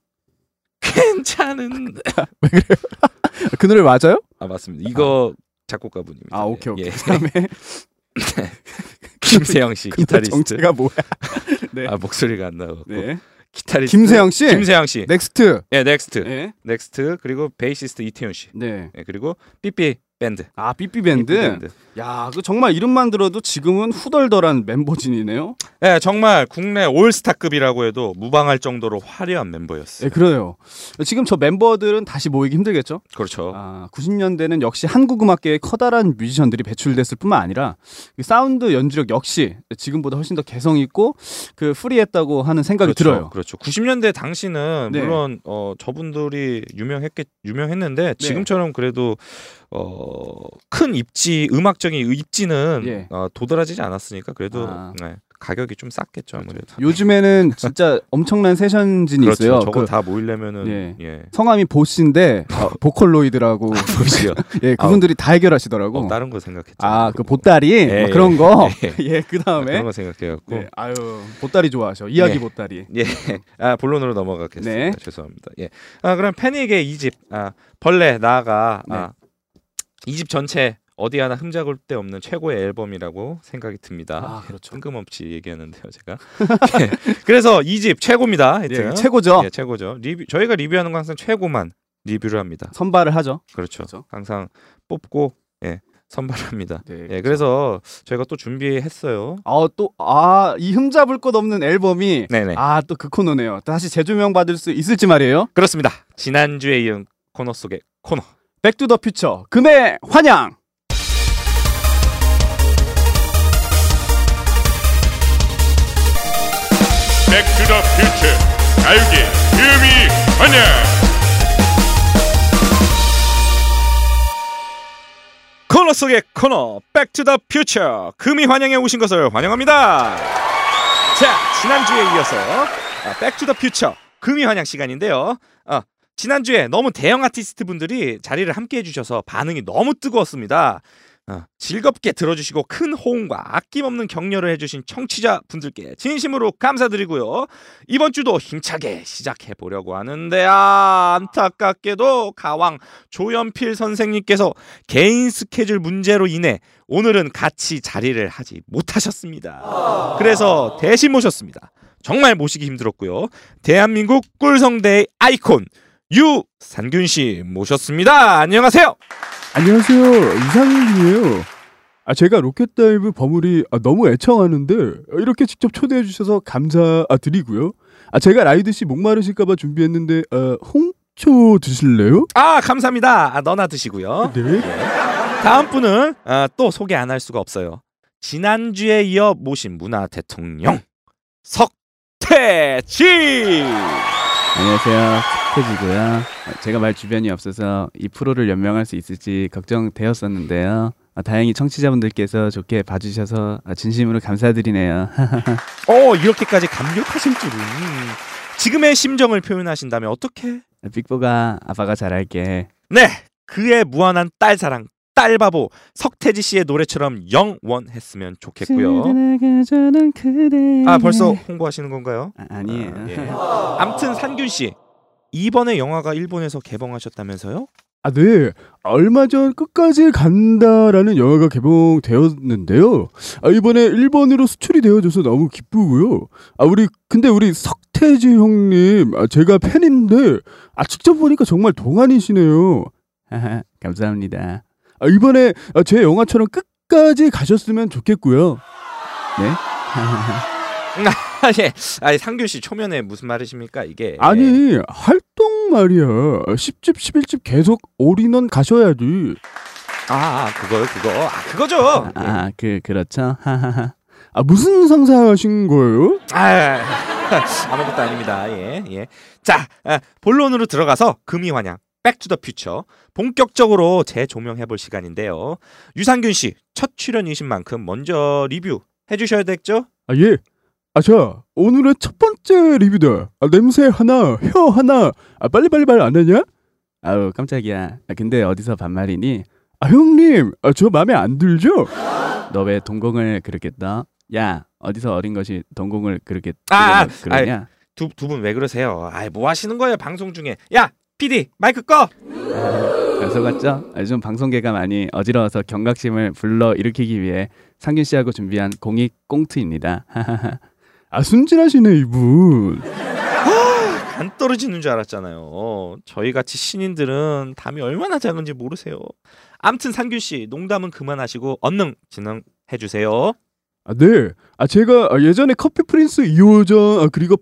[SPEAKER 2] 괜찮은.
[SPEAKER 3] 그 노래 맞아요?
[SPEAKER 2] 아 맞습니다. 이거 작곡가분입니다.
[SPEAKER 3] 아 오케이 오케이.
[SPEAKER 2] 예.
[SPEAKER 3] (laughs) 그다음에
[SPEAKER 2] 김세영 씨
[SPEAKER 3] (laughs) 그 노래
[SPEAKER 2] 기타리스트.
[SPEAKER 3] 정체가 뭐야? 네.
[SPEAKER 2] 아 목소리가 안 나고
[SPEAKER 3] 네.
[SPEAKER 2] 기타리스트
[SPEAKER 3] 김세영 씨. 네.
[SPEAKER 2] 김세영 씨.
[SPEAKER 3] 넥스트.
[SPEAKER 2] 예, 넥스트.
[SPEAKER 3] 네.
[SPEAKER 2] 넥스트 그리고 베이시스트 이태훈 씨.
[SPEAKER 3] 네.
[SPEAKER 2] 예, 그리고 삐삐 밴드.
[SPEAKER 3] 아 삐삐밴드.
[SPEAKER 2] 삐삐밴드.
[SPEAKER 3] 야, 그 정말 이름만 들어도 지금은 후덜덜한 멤버진이네요.
[SPEAKER 2] 예, 정말 국내 올스타급이라고 해도 무방할 정도로 화려한 멤버였어요.
[SPEAKER 3] 네, 그래요. 지금 저 멤버들은 다시 모이기 힘들겠죠?
[SPEAKER 2] 그렇죠.
[SPEAKER 3] 아, 90년대는 역시 한국 음악계에 커다란 뮤지션들이 배출됐을 뿐만 아니라 이 사운드 연주력 역시 지금보다 훨씬 더 개성 있고 그 프리했다고 하는 생각이
[SPEAKER 2] 그렇죠.
[SPEAKER 3] 들어요.
[SPEAKER 2] 그렇죠. 90년대 당시는
[SPEAKER 3] 네. 네.
[SPEAKER 2] 물론 어, 저분들이 유명했겠 유명했는데 지금처럼 그래도 어, 큰 입지 음악적인 입지는
[SPEAKER 3] 예.
[SPEAKER 2] 어, 도드라지지 않았으니까 그래도
[SPEAKER 3] 아. 그렇죠.
[SPEAKER 2] 네, 가격이 좀 쌌겠죠 아무래도.
[SPEAKER 3] 요즘에는 진짜 엄청난 세션진이
[SPEAKER 2] 그렇죠.
[SPEAKER 3] 있어요.
[SPEAKER 2] 저거
[SPEAKER 3] 그
[SPEAKER 2] 다 모이려면은
[SPEAKER 3] 예.
[SPEAKER 2] 예.
[SPEAKER 3] 성함이 보씨인데 어, 보컬로이드라고 (laughs)
[SPEAKER 2] 보시요.
[SPEAKER 3] 예 그분들이 다 해결하시더라고.
[SPEAKER 2] 어, 다른 거 생각했죠.
[SPEAKER 3] 아그 보따리
[SPEAKER 2] 예,
[SPEAKER 3] 막
[SPEAKER 2] 예.
[SPEAKER 3] 그런 거.
[SPEAKER 2] 예.
[SPEAKER 3] (laughs) 예, 그 다음에
[SPEAKER 2] 그런 거 생각해갖고
[SPEAKER 3] 네, 아유 보따리 좋아하셔. 이야기
[SPEAKER 2] 예.
[SPEAKER 3] 보따리.
[SPEAKER 2] 예. (laughs) 아, 본론으로 넘어가겠습니다.
[SPEAKER 3] 네.
[SPEAKER 2] 죄송합니다. 예. 아, 그럼 패닉의 2집 아, 벌레 나아가 아,
[SPEAKER 3] 네.
[SPEAKER 2] 2집 전체 어디 하나 흠잡을 데 없는 최고의 앨범이라고 생각이 듭니다.
[SPEAKER 3] 아, 그렇죠.
[SPEAKER 2] 뜬금없이 얘기하는데요, 제가. (laughs) 예. 그래서 2집 최고입니다. 하여튼.
[SPEAKER 3] 예, 최고죠.
[SPEAKER 2] 예, 최고죠. 리뷰 저희가 리뷰하는 건 항상 최고만 리뷰를 합니다.
[SPEAKER 3] 선발을 하죠.
[SPEAKER 2] 그렇죠.
[SPEAKER 3] 그렇죠.
[SPEAKER 2] 항상 뽑고 예, 선발합니다.
[SPEAKER 3] 네.
[SPEAKER 2] 예, 그래서 저희가 또 준비했어요.
[SPEAKER 3] 아, 아또아이 흠잡을 것 없는 앨범이
[SPEAKER 2] 네네.
[SPEAKER 3] 아 또 그 코너네요. 다시 재조명 받을 수 있을지 말이에요.
[SPEAKER 2] 그렇습니다. 지난주에 이은 코너 속의 코너.
[SPEAKER 3] 백투더퓨처 금의 환영.
[SPEAKER 9] 백투더 퓨처 가요계 음이 환영
[SPEAKER 2] 코너 속의 코너 백투더 퓨처 금이 환영에 오신 것을 환영합니다. 자 지난주에 이어서 아, 백투더 퓨처 금이 환영 시간인데요. 아, 지난주에 너무 대형 아티스트 분들이 자리를 함께 해주셔서 반응이 너무 뜨거웠습니다. 아, 즐겁게 들어주시고 큰 호응과 아낌없는 격려를 해주신 청취자 분들께 진심으로 감사드리고요. 이번 주도 힘차게 시작해 보려고 하는데 아, 안타깝게도 가왕 조연필 선생님께서 개인 스케줄 문제로 인해 오늘은 같이 자리를 하지 못하셨습니다. 그래서 대신 모셨습니다. 정말 모시기 힘들었고요. 대한민국 꿀성대의 아이콘 유산균 씨 모셨습니다. 안녕하세요.
[SPEAKER 10] 안녕하세요. 이상윤이에요. 아 제가 로켓다이브 버물이 아, 너무 애청하는데 어, 이렇게 직접 초대해 주셔서 감사드리고요. 아 제가 라이드 씨 목마르실까봐 준비했는데 아, 홍초 드실래요?
[SPEAKER 2] 아 감사합니다. 아, 너나 드시고요.
[SPEAKER 10] 네.
[SPEAKER 2] 다음 분은 아, 또 소개 안 할 수가 없어요. 지난주에 이어 모신 문화 대통령 석태지.
[SPEAKER 3] 안녕하세요. 스테지고요. 제가 말 주변이 없어서 이 프로를 연명할 수 있을지 걱정되었었는데요. 아, 다행히 청취자분들께서 좋게 봐주셔서 아, 진심으로 감사드리네요. (laughs)
[SPEAKER 2] 어 이렇게까지 감격하실 줄은. 지금의 심정을 표현하신다면 어떻게
[SPEAKER 3] 빅보가 아빠가 잘할게.
[SPEAKER 2] 네, 그의 무한한 딸 사랑, 딸 바보 석태지 씨의 노래처럼 영원했으면 좋겠고요.
[SPEAKER 3] 지나가자는 그대.
[SPEAKER 2] 아 벌써 홍보하시는 건가요?
[SPEAKER 3] 아, 아니에요.
[SPEAKER 2] 아, 예. 아무튼 산균 씨 이번에 영화가 일본에서 개봉하셨다면서요? (laughs)
[SPEAKER 10] 아 네. 얼마 전 끝까지 간다라는 영화가 개봉되었는데요. 아 이번에 일본으로 수출이 되어줘서 너무 기쁘고요. 아 우리 근데 우리 석태지 형님 아 제가 팬인데 아 직접 보니까 정말 동안이시네요.
[SPEAKER 3] 아하, 감사합니다.
[SPEAKER 10] 아, 이번에 아, 제 영화처럼 끝까지 가셨으면 좋겠고요.
[SPEAKER 2] 아, 예. 아니 상균 씨 초면에 무슨 말이십니까
[SPEAKER 3] 네.
[SPEAKER 2] 이게?
[SPEAKER 10] 아니 활동 말이야. 10집 11집 계속 올인원 가셔야지.
[SPEAKER 2] 아, 아, 그거요 그거 아 그거죠.
[SPEAKER 3] 아, 아, 그 그렇죠. 하하하.
[SPEAKER 10] 아 무슨 상사하신 거예요?
[SPEAKER 2] 아, 아무것도 아닙니다. 예, 예. 자, 아, 본론으로 들어가서 금이 환영. 백투더 퓨처 본격적으로 재조명해 볼 시간인데요. 유상균 씨 첫 출연이신 만큼 먼저 리뷰 해 주셔야 되겠죠?
[SPEAKER 10] 아 예. 아 자, 오늘의 첫 번째 리뷰다. 아, 냄새 하나, 혀 하나. 아 빨리빨리 말 안 하냐?
[SPEAKER 3] 아우 깜짝이야. 아, 근데 어디서 반말이니?
[SPEAKER 10] 아 형님, 아, 저 마음에 안 들죠?
[SPEAKER 3] 너 왜 동공을 그렇게 떠? 야 어디서 어린 것이 동공을 그렇게
[SPEAKER 2] 아, 아,
[SPEAKER 3] 그러냐?
[SPEAKER 2] 두 두 분 왜 그러세요? 아이, 뭐 하시는 거예요, 방송 중에. 야, PD 마이크 꺼.
[SPEAKER 3] 그래서 갔죠? 아, 요즘 방송계가 많이 어지러워서 경각심을 불러 일으키기 위해 상균 씨하고 준비한 공익 꽁트입니다. (laughs)
[SPEAKER 10] 아 순진하시네 이분.
[SPEAKER 2] 안 떨어지는 줄 알았잖아요. 저희 같이 신인들은 담이 얼마나 작은지 모르세요. 암튼 상균 씨 농담은 그만하시고 언능 진행해 주세요.
[SPEAKER 10] 아, 네. 아, 제가 아, 예전에 커피 프린스 2호전 아, 그리고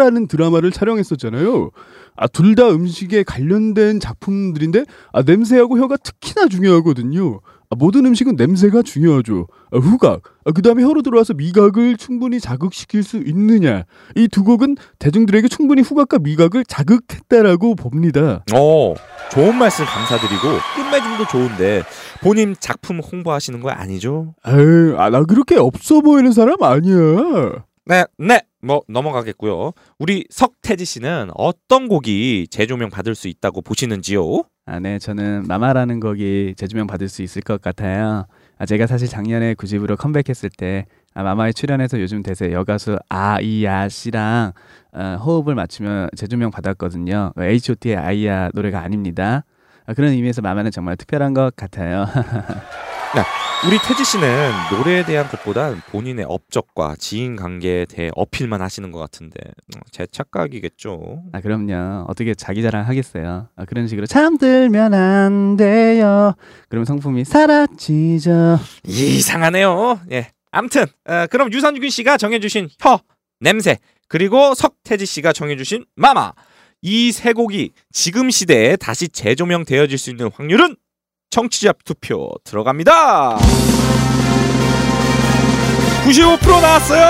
[SPEAKER 10] 파스타라는 드라마를 촬영했었잖아요. 아, 둘 다 음식에 관련된 작품들인데 아, 냄새하고 혀가 특히나 중요하거든요.
[SPEAKER 11] 아, 모든 음식은 냄새가 중요하죠. 아, 후각. 아, 그다음에 혀로 들어와서 미각을 충분히 자극시킬 수 있느냐. 이 두 곡은 대중들에게 충분히 후각과 미각을 자극했다라고 봅니다.
[SPEAKER 2] 어, 좋은 말씀 감사드리고 끝맺음도 좋은데 본인 작품 홍보하시는 거 아니죠?
[SPEAKER 11] 에이, 아, 나 그렇게 없어 보이는 사람 아니야.
[SPEAKER 2] 네, 네. 뭐 넘어가겠고요. 우리 석태지 씨는 어떤 곡이 재조명 받을 수 있다고 보시는지요?
[SPEAKER 3] 아, 네, 저는 마마라는 곡이 재조명 받을 수 있을 것 같아요. 아, 제가 사실 작년에 9집으로 컴백했을 때 아, 마마에 출연해서 요즘 대세 여가수 아이야 씨랑 어, 호흡을 맞추며 재조명 받았거든요. H.O.T의 아이야 노래가 아닙니다. 아, 그런 의미에서 마마는 정말 특별한 것 같아요. (laughs)
[SPEAKER 2] 야, 우리 태지 씨는 노래에 대한 것보단 본인의 업적과 지인 관계에 대해 어필만 하시는 것 같은데 어, 제 착각이겠죠.
[SPEAKER 3] 아 그럼요. 어떻게 자기 자랑 하겠어요. 아, 그런 식으로 잠들면 안 돼요. 그럼 성품이 사라지죠.
[SPEAKER 2] 이상하네요. 예. 암튼 어, 그럼 유산균 씨가 정해주신 혀 냄새 그리고 석태지 씨가 정해주신 마마 이 세 곡이 지금 시대에 다시 재조명되어질 수 있는 확률은 청취자 투표 들어갑니다. 95% 나왔어요.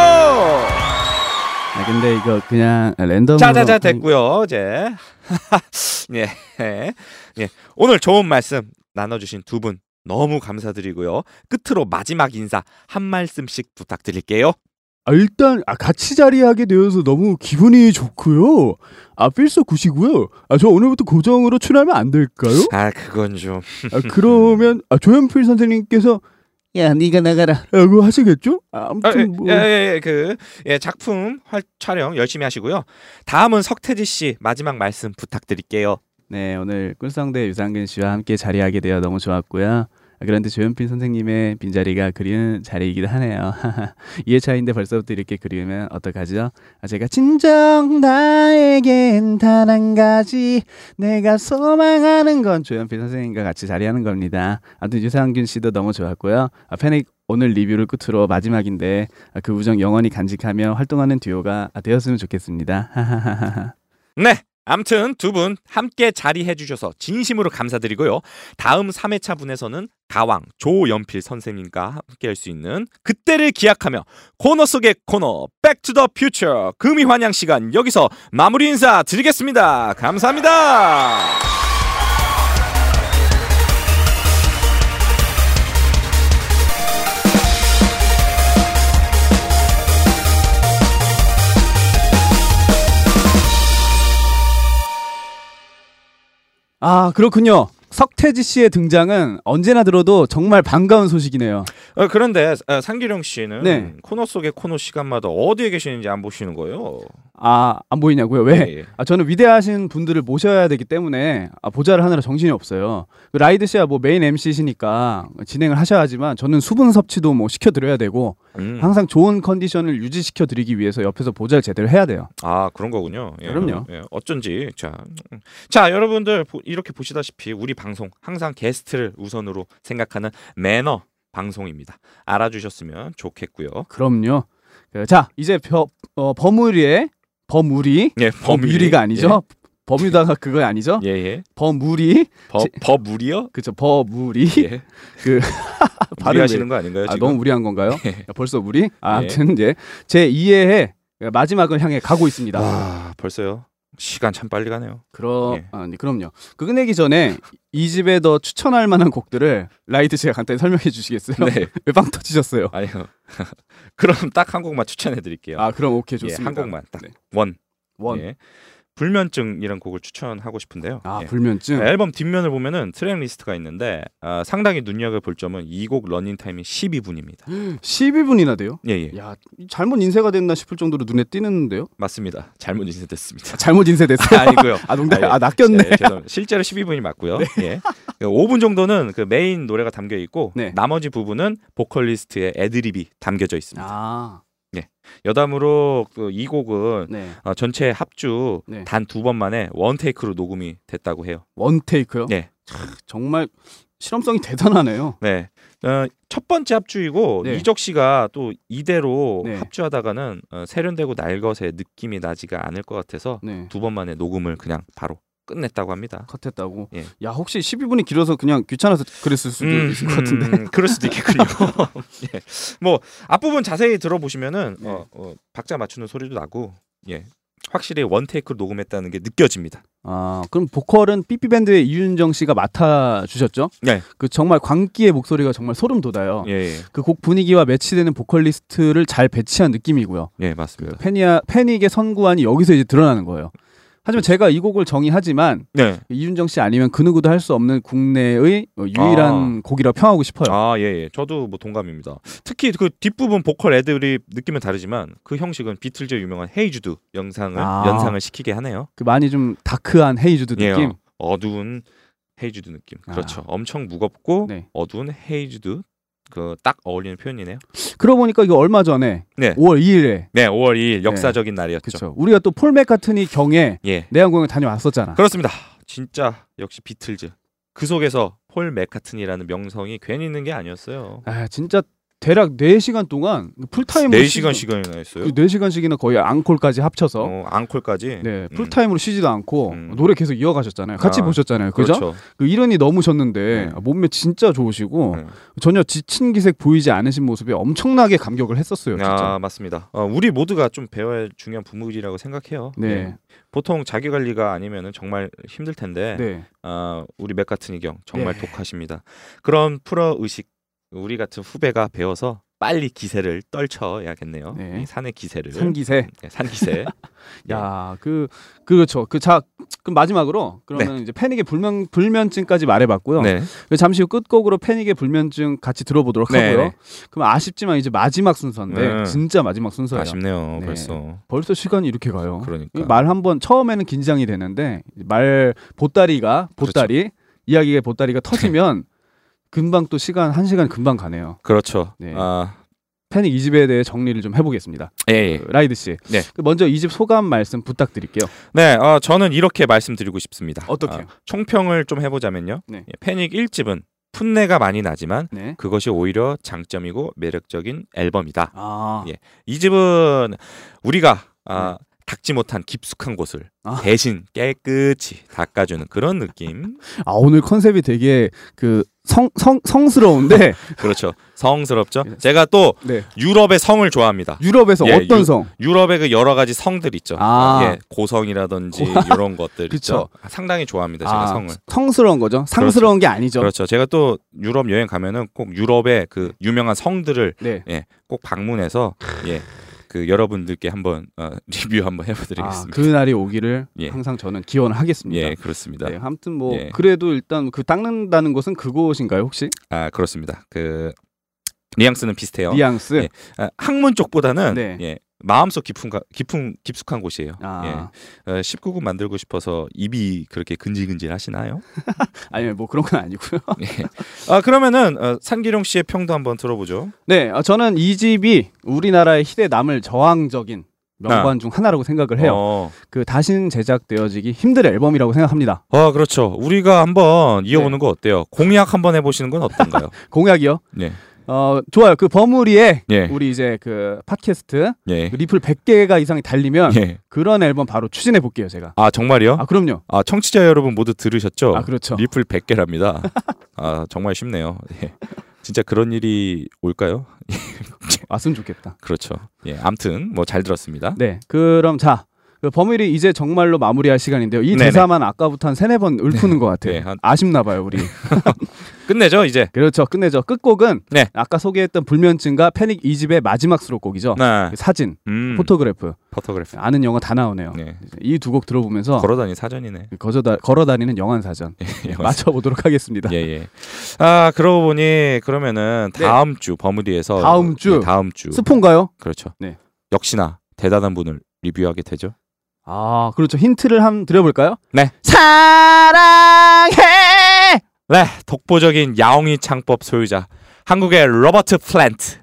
[SPEAKER 3] 아, 근데 이거 그냥 랜덤으로
[SPEAKER 2] 자자자
[SPEAKER 3] 한-
[SPEAKER 2] 됐고요 이제 (laughs) 예, 예, 예. 오늘 좋은 말씀 나눠주신 두 분 너무 감사드리고요 끝으로 마지막 인사 한 말씀씩 부탁드릴게요
[SPEAKER 11] 아, 일단 아, 같이 자리하게 되어서 너무 기분이 좋고요. 아 필서 구시고요. 아, 저 오늘부터 고정으로 출연하면 안 될까요?
[SPEAKER 2] 아 그건 좀 (laughs)
[SPEAKER 11] 아, 그러면 아, 조현필 선생님께서
[SPEAKER 3] 야 네가
[SPEAKER 11] 나가라라고 하시겠죠? 아,
[SPEAKER 2] 아, 예,
[SPEAKER 11] 아무튼 뭐
[SPEAKER 2] 예, 예, 예, 그 예, 작품 활- 촬영 열심히 하시고요 다음은 석태지 씨 마지막 말씀 부탁드릴게요
[SPEAKER 3] 네, 오늘 꿀성대 유상근 씨와 함께 자리하게 되어 너무 좋았고요. 아, 그런데 조현빈 선생님의 빈자리가 그리운 자리이기도 하네요. (laughs) 2회차인데 벌써부터 이렇게 그리우면 어떡하죠? 아, 제가 진정 나에겐 단 한 가지 내가 소망하는 건 조현빈 선생님과 같이 자리하는 겁니다. 아무튼 유상균 씨도 너무 좋았고요. 아, 패닉 오늘 리뷰를 끝으로 마지막인데 아, 그 우정 영원히 간직하며 활동하는 듀오가 아, 되었으면 좋겠습니다. (laughs)
[SPEAKER 2] 네 암튼 두 분 함께 자리해 주셔서 진심으로 감사드리고요 다음 3회차 분에서는 가왕 조연필 선생님과 함께 할 수 있는 그때를 기약하며 코너 속의 코너 백투더 퓨처 금이 환영 시간 여기서 마무리 인사 드리겠습니다 감사합니다
[SPEAKER 3] 아 그렇군요. 석태지 씨의 등장은 언제나 들어도 정말 반가운 소식이네요.
[SPEAKER 2] 어, 그런데 어, 상기룡 씨는
[SPEAKER 3] 네.
[SPEAKER 2] 코너 속의 코너 시간마다 어디에 계시는지 안 보시는 거예요?
[SPEAKER 3] 아, 안 보이냐고요? 왜?
[SPEAKER 2] 예, 예.
[SPEAKER 3] 아, 저는 위대하신 분들을 모셔야 되기 때문에 아, 보좌를 하느라 정신이 없어요. 그 라이드 씨야 뭐 메인 MC시니까 진행을 하셔야지만 저는 수분 섭취도 뭐 시켜드려야 되고
[SPEAKER 2] 음.
[SPEAKER 3] 항상 좋은 컨디션을 유지시켜드리기 위해서 옆에서 보좌를 제대로 해야 돼요.
[SPEAKER 2] 아 그런 거군요. 예,
[SPEAKER 3] 그럼요.
[SPEAKER 2] 예, 어쩐지 자, 음. 자 여러분들 보- 이렇게 보시다시피 우리 방송 항상 게스트를 우선으로 생각하는 매너 방송입니다. 알아주셨으면 좋겠고요.
[SPEAKER 3] 그럼요. 그, 자, 이제 벼, 어, 범우리의 범우리 그
[SPEAKER 2] 예,
[SPEAKER 3] 범유리. 가 아니죠? 범유다가 그거 아니죠?
[SPEAKER 2] 예예.
[SPEAKER 3] 범우리
[SPEAKER 2] 버- 범우리요?
[SPEAKER 3] 그쵸 범우리
[SPEAKER 2] 예.
[SPEAKER 3] 그 발음을-
[SPEAKER 2] 무리하시는 거 아닌가요,
[SPEAKER 3] 아,
[SPEAKER 2] 지금?
[SPEAKER 3] 너무
[SPEAKER 2] (laughs)
[SPEAKER 3] 무리한 건가요? 야, 벌써 무리? 아,
[SPEAKER 2] 예.
[SPEAKER 3] 아무튼 이제 제 2회에 마지막을 향해 가고 있습니다.
[SPEAKER 2] 아 벌써요? 시간 참 빨리 가네요.
[SPEAKER 3] 그럼
[SPEAKER 2] 예.
[SPEAKER 3] 아, 네, 그럼요. 그 끝내기 전에 이 집에 더 추천할 만한 곡들을 라이드 씨가 간단히 설명해 주시겠어요?
[SPEAKER 2] 네.
[SPEAKER 3] (laughs)
[SPEAKER 2] (laughs)
[SPEAKER 3] 왜 빵 터지셨어요?
[SPEAKER 2] 아니요. (laughs) 그럼 딱 한 곡만 추천해 드릴게요.
[SPEAKER 3] 아, 그럼 오케이,
[SPEAKER 2] 예,
[SPEAKER 3] 좋습니다.
[SPEAKER 2] 한 곡만 딱
[SPEAKER 3] 네.
[SPEAKER 2] 원.
[SPEAKER 3] 원.
[SPEAKER 2] 예. 불면증이란 곡을 추천하고 싶은데요.
[SPEAKER 3] 아,
[SPEAKER 2] 예.
[SPEAKER 3] 불면증.
[SPEAKER 2] 앨범 뒷면을 보면은 트랙 리스트가 있는데 아, 상당히 눈여겨 볼 점은 이 곡 러닝 타임이 12분입니다.
[SPEAKER 3] 12분이나 돼요?
[SPEAKER 2] 예, 예.
[SPEAKER 3] 야, 잘못 인쇄가 됐나 싶을 정도로 눈에 띄는데요. 아,
[SPEAKER 2] 맞습니다. 잘못 인쇄됐습니다. (laughs)
[SPEAKER 3] 잘못 인쇄됐어요?
[SPEAKER 2] 아니고요.
[SPEAKER 3] 아, 농담.
[SPEAKER 2] 예.
[SPEAKER 3] 아, 낚였네. 네.
[SPEAKER 2] 예, 죄송합니다. 실제로 12분이 맞고요. 예. 5분 정도는 그 메인 노래가 담겨 있고
[SPEAKER 3] 네.
[SPEAKER 2] 나머지 부분은 보컬리스트의 애드립이 담겨져 있습니다.
[SPEAKER 3] 아.
[SPEAKER 2] 예. 여담으로 그 이 곡은 어, 전체 합주
[SPEAKER 3] 네.
[SPEAKER 2] 단 두 번만에 원 테이크로 녹음이 됐다고 해요.
[SPEAKER 3] 원 테이크요?
[SPEAKER 2] 네.
[SPEAKER 3] 정말 실험성이 대단하네요.
[SPEAKER 2] 네. 어, 첫 번째 합주이고
[SPEAKER 3] 네.
[SPEAKER 2] 이적 씨가 또 이대로
[SPEAKER 3] 네.
[SPEAKER 2] 합주하다가는 어, 세련되고 날것의 느낌이 나지가 않을 것 같아서
[SPEAKER 3] 네.
[SPEAKER 2] 두 번만에 녹음을 그냥 바로 끝냈다고 합니다.
[SPEAKER 3] 컷했다고.
[SPEAKER 2] 예.
[SPEAKER 3] 야 혹시 12분이 길어서 그냥 귀찮아서 그랬을 수도
[SPEAKER 2] 음,
[SPEAKER 3] 있을 것 같은데.
[SPEAKER 2] 음, 그럴 수도
[SPEAKER 3] (laughs)
[SPEAKER 2] 있겠군요. (laughs) 예. 뭐 앞부분 자세히 들어보시면은
[SPEAKER 3] 네.
[SPEAKER 2] 어, 어, 박자 맞추는 소리도 나고 예. 확실히 원 테이크 로 녹음했다는 게 느껴집니다.
[SPEAKER 3] 아 그럼 보컬은 삐삐 밴드의 이윤정 씨가 맡아 주셨죠?
[SPEAKER 2] 네.
[SPEAKER 3] 그 정말 광기의 목소리가 정말 소름 돋아요.
[SPEAKER 2] 예, 예.
[SPEAKER 3] 그 곡 분위기와 매치되는 보컬리스트를 잘 배치한 느낌이고요.
[SPEAKER 2] 예, 맞습니다.
[SPEAKER 3] 패니아 패닉의 선구안이 여기서 이제 드러나는 거예요. 하지만 제가 이 곡을 정의하지만
[SPEAKER 2] 네.
[SPEAKER 3] 이윤정 씨 아니면 그 누구도 할 수 없는 국내의 어, 유일한 곡이라 평하고 싶어요.
[SPEAKER 2] 아, 예, 예. 저도 뭐 동감입니다. 특히 그 뒷부분 보컬 애들이 느낌은 다르지만 그 형식은 비틀즈 유명한 헤이주드 영상을
[SPEAKER 3] 아.
[SPEAKER 2] 연상을 시키게 하네요.
[SPEAKER 3] 그 많이 좀 다크한 헤이즈드
[SPEAKER 2] 예,
[SPEAKER 3] 느낌.
[SPEAKER 2] 어두운 헤이주드 느낌.
[SPEAKER 3] 아.
[SPEAKER 2] 그렇죠. 엄청 무겁고
[SPEAKER 3] 네.
[SPEAKER 2] 어두운 헤이주드 그 딱 어울리는 표현이네요.
[SPEAKER 3] 그러고 보니까 이거 얼마 전에
[SPEAKER 2] 네.
[SPEAKER 3] 5월 2일에
[SPEAKER 2] 네, 5월 2일 역사적인
[SPEAKER 3] 네.
[SPEAKER 2] 날이었죠.
[SPEAKER 3] 우리가 또 폴 맥카트니 경에
[SPEAKER 2] 예.
[SPEAKER 3] 내한공연 다녀왔었잖아.
[SPEAKER 2] 그렇습니다. 진짜 역시 비틀즈. 그 속에서 폴 맥카튼이라는 명성이 괜히 있는 게 아니었어요.
[SPEAKER 3] 아 진짜 대략 4시간 동안 풀타임으로
[SPEAKER 2] 4시간
[SPEAKER 3] 네, 뭐 쉬지도-
[SPEAKER 2] 시간이나 했어요. 어,
[SPEAKER 3] 그 4시간씩이나 거의 앙콜까지 합쳐서
[SPEAKER 2] 앙콜까지 음,
[SPEAKER 3] 네, 풀타임으로 쉬지도 않고 노래 계속 이어가셨잖아요. 같이
[SPEAKER 2] 아,
[SPEAKER 3] 보셨잖아요. 그죠?
[SPEAKER 2] 그렇죠. 네.
[SPEAKER 3] 그 이론이 너무 셨는데 아, 몸매 진짜 좋으시고 전혀 지친 기색 보이지 않으신 모습에 엄청나게 감격을 했었어요. 진짜.
[SPEAKER 2] 아 맞습니다. 어, 우리 모두가 좀 배워야 할 중요한 부분이라고 생각해요.
[SPEAKER 3] 네.
[SPEAKER 2] 보통 자기 관리가 아니면은 정말 힘들 텐데
[SPEAKER 3] 네.
[SPEAKER 2] 아, 우리 맥 같은 이경 정말
[SPEAKER 12] 네.
[SPEAKER 2] 독하십니다. 그런 프로 의식 우리 같은 후배가 배워서 빨리 기세를 떨쳐야겠네요. 이 산의 기세를
[SPEAKER 3] 산기세.
[SPEAKER 2] 네, 산기세.
[SPEAKER 3] 야, 그 그렇죠. 그 자, 그럼 마지막으로 그러면 이제 패닉의 불면 불면증까지 말해봤고요.
[SPEAKER 2] 네.
[SPEAKER 3] (laughs) 그리고 잠시 후 끝곡으로 패닉의 불면증 같이 들어보도록
[SPEAKER 2] 네,
[SPEAKER 3] 하고요.
[SPEAKER 2] 네.
[SPEAKER 3] 그럼 아쉽지만 이제 마지막 순서인데
[SPEAKER 2] 네.
[SPEAKER 3] 진짜 마지막 순서예요.
[SPEAKER 2] 아쉽네요,
[SPEAKER 3] 네.
[SPEAKER 2] 벌써.
[SPEAKER 3] 벌써 시간이 이렇게 가요.
[SPEAKER 2] 그러니까.
[SPEAKER 3] 말 한 번 처음에는 긴장이 되는데 말 보따리가
[SPEAKER 2] 그렇죠.
[SPEAKER 3] 보따리 이야기의 보따리가 터지면
[SPEAKER 2] 네.
[SPEAKER 3] 금방 또 시간 한 시간 금방 가네요.
[SPEAKER 2] 그렇죠. 아,
[SPEAKER 3] 패닉 이 집에 대해 정리를 좀 해보겠습니다.
[SPEAKER 2] 예, 예.
[SPEAKER 3] 그, 라이드 씨.
[SPEAKER 2] 네.
[SPEAKER 3] 그 먼저 이 집 소감 말씀 부탁드릴게요.
[SPEAKER 2] 네, 어, 저는 이렇게 말씀드리고 싶습니다.
[SPEAKER 3] 어떻게요?
[SPEAKER 2] 아, 총평을 좀 해보자면요.
[SPEAKER 3] 네.
[SPEAKER 2] 예, 패닉 1집은 풋내가 많이 나지만
[SPEAKER 3] 네.
[SPEAKER 2] 그것이 오히려 장점이고 매력적인 앨범이다.
[SPEAKER 3] 아.
[SPEAKER 2] 예, 이 집은 우리가 아,
[SPEAKER 3] 네.
[SPEAKER 2] 닦지 못한 깊숙한 곳을 대신 깨끗이 닦아주는 그런 느낌.
[SPEAKER 3] (laughs) 아 오늘 컨셉이 되게 그 성,
[SPEAKER 2] (laughs)
[SPEAKER 3] 성, 성스러운데
[SPEAKER 2] 그렇죠. 성스럽죠. 제가 또 유럽의 성을 좋아합니다.
[SPEAKER 3] 네. 유럽에서 어떤 성?
[SPEAKER 2] 네. 예, 유럽의 그 여러 가지 성들 있죠.
[SPEAKER 3] 아.
[SPEAKER 2] 예, 고성이라든지
[SPEAKER 3] 고- (laughs)
[SPEAKER 2] 이런 것들
[SPEAKER 3] 그쵸.
[SPEAKER 2] 있죠. 상당히 좋아합니다. 네, 제가
[SPEAKER 3] 아,
[SPEAKER 2] 성을.
[SPEAKER 3] 성스러운 거죠. 상스러운 게 아니죠.
[SPEAKER 2] 그렇죠. 제가 또 유럽 여행 가면은 꼭 유럽의 그 유명한 성들을
[SPEAKER 3] 네.
[SPEAKER 2] 예, 꼭 방문해서 예, 그 여러분들께 한번 어, (laughs) 리뷰 한번
[SPEAKER 3] 아,
[SPEAKER 2] 해보드리겠습니다.
[SPEAKER 3] 그날이 오기를
[SPEAKER 2] 예.
[SPEAKER 3] 항상 저는 기원을 하겠습니다.
[SPEAKER 2] 예, 그렇습니다.
[SPEAKER 3] 네, 아무튼 뭐
[SPEAKER 2] 예.
[SPEAKER 3] 그래도 일단 그 닦는다는 곳은 그곳인가요 혹시?
[SPEAKER 2] 아 그렇습니다. 그 뉘앙스는 비슷해요.
[SPEAKER 3] 뉘앙스?
[SPEAKER 2] 예. 아, 학문 쪽보다는
[SPEAKER 3] 네.
[SPEAKER 2] 예, 마음속 깊은 가- 깊은 깊숙한 곳이에요.
[SPEAKER 3] 아.
[SPEAKER 2] 예. 어, 19금 만들고 싶어서 입이 그렇게 근질근질 하시나요? (laughs)
[SPEAKER 3] 아니 뭐 그런 건 아니고요. (laughs)
[SPEAKER 2] 아 그러면은 어, 산기룡 씨의 평도 한번 들어보죠.
[SPEAKER 3] 네, 어, 저는 이 집이 우리나라의 희대 남을 저항적인 명반
[SPEAKER 2] 아.
[SPEAKER 3] 중 하나라고 생각을 해요.
[SPEAKER 2] 어.
[SPEAKER 3] 그 다신 제작되어지기 힘들 앨범이라고 생각합니다.
[SPEAKER 2] 아 그렇죠. 우리가 한번 이어보는 거 어때요? 공약 한번 해보시는 건 (laughs) 어떤가요?
[SPEAKER 3] 공약이요?
[SPEAKER 2] 예.
[SPEAKER 3] 어 좋아요. 그 버무리에
[SPEAKER 2] 예.
[SPEAKER 3] 우리 이제 그 팟캐스트
[SPEAKER 2] 예.
[SPEAKER 3] 그 리플 100개가 이상이 달리면
[SPEAKER 2] 예.
[SPEAKER 3] 그런 앨범 바로 추진해 볼게요 제가.
[SPEAKER 2] 아 정말요?
[SPEAKER 3] 아 그럼요.
[SPEAKER 2] 아 청취자 여러분 모두 들으셨죠?
[SPEAKER 3] 아, 그렇죠.
[SPEAKER 2] 리플 100개랍니다. (laughs) 아 정말 쉽네요. 예. 진짜 그런 일이 올까요?
[SPEAKER 3] 왔으면 좋겠다.
[SPEAKER 2] 그렇죠. 예, 암튼 뭐 잘 들었습니다.
[SPEAKER 3] 네, 그럼 자. 그 범일이 이제 정말로 마무리할 시간인데요. 이
[SPEAKER 2] 네네.
[SPEAKER 3] 대사만 아까부터 한 세네 번 읊는 것 같아요.
[SPEAKER 2] 네, 한-
[SPEAKER 3] 아쉽나 봐요,
[SPEAKER 2] (laughs)
[SPEAKER 3] 우리.
[SPEAKER 2] 끝내죠 이제.
[SPEAKER 3] 그렇죠. 끝내죠. 끝곡은
[SPEAKER 2] 네.
[SPEAKER 3] 아까 소개했던 불면증과 패닉 이집의 마지막 수록곡이죠.
[SPEAKER 2] 네.
[SPEAKER 3] 그 사진,
[SPEAKER 2] 음.
[SPEAKER 3] 포토그래프.
[SPEAKER 2] 포토그래프.
[SPEAKER 3] 아는 영어 다 나오네요. 이 두 곡 들어보면서 그
[SPEAKER 2] 걸어다니 (laughs) 사전이네.
[SPEAKER 3] 거저다, 걸어다니는 영환 사전.
[SPEAKER 2] 영환
[SPEAKER 3] 맞춰보도록 하겠습니다.
[SPEAKER 2] 예. 아 그러고 보니 그러면은 다음 주 버무리에서
[SPEAKER 3] 다음 주?
[SPEAKER 2] 예, 네. 다음 주
[SPEAKER 3] 스폰가요?
[SPEAKER 2] 그렇죠.
[SPEAKER 3] 네.
[SPEAKER 2] 역시나 대단한 분을 리뷰하게 되죠.
[SPEAKER 3] 아, 그렇죠. 힌트를 한 드려볼까요?
[SPEAKER 2] 네.
[SPEAKER 3] 사랑해.
[SPEAKER 2] 네, 독보적인 야옹이 창법 소유자 한국의 로버트 플랜트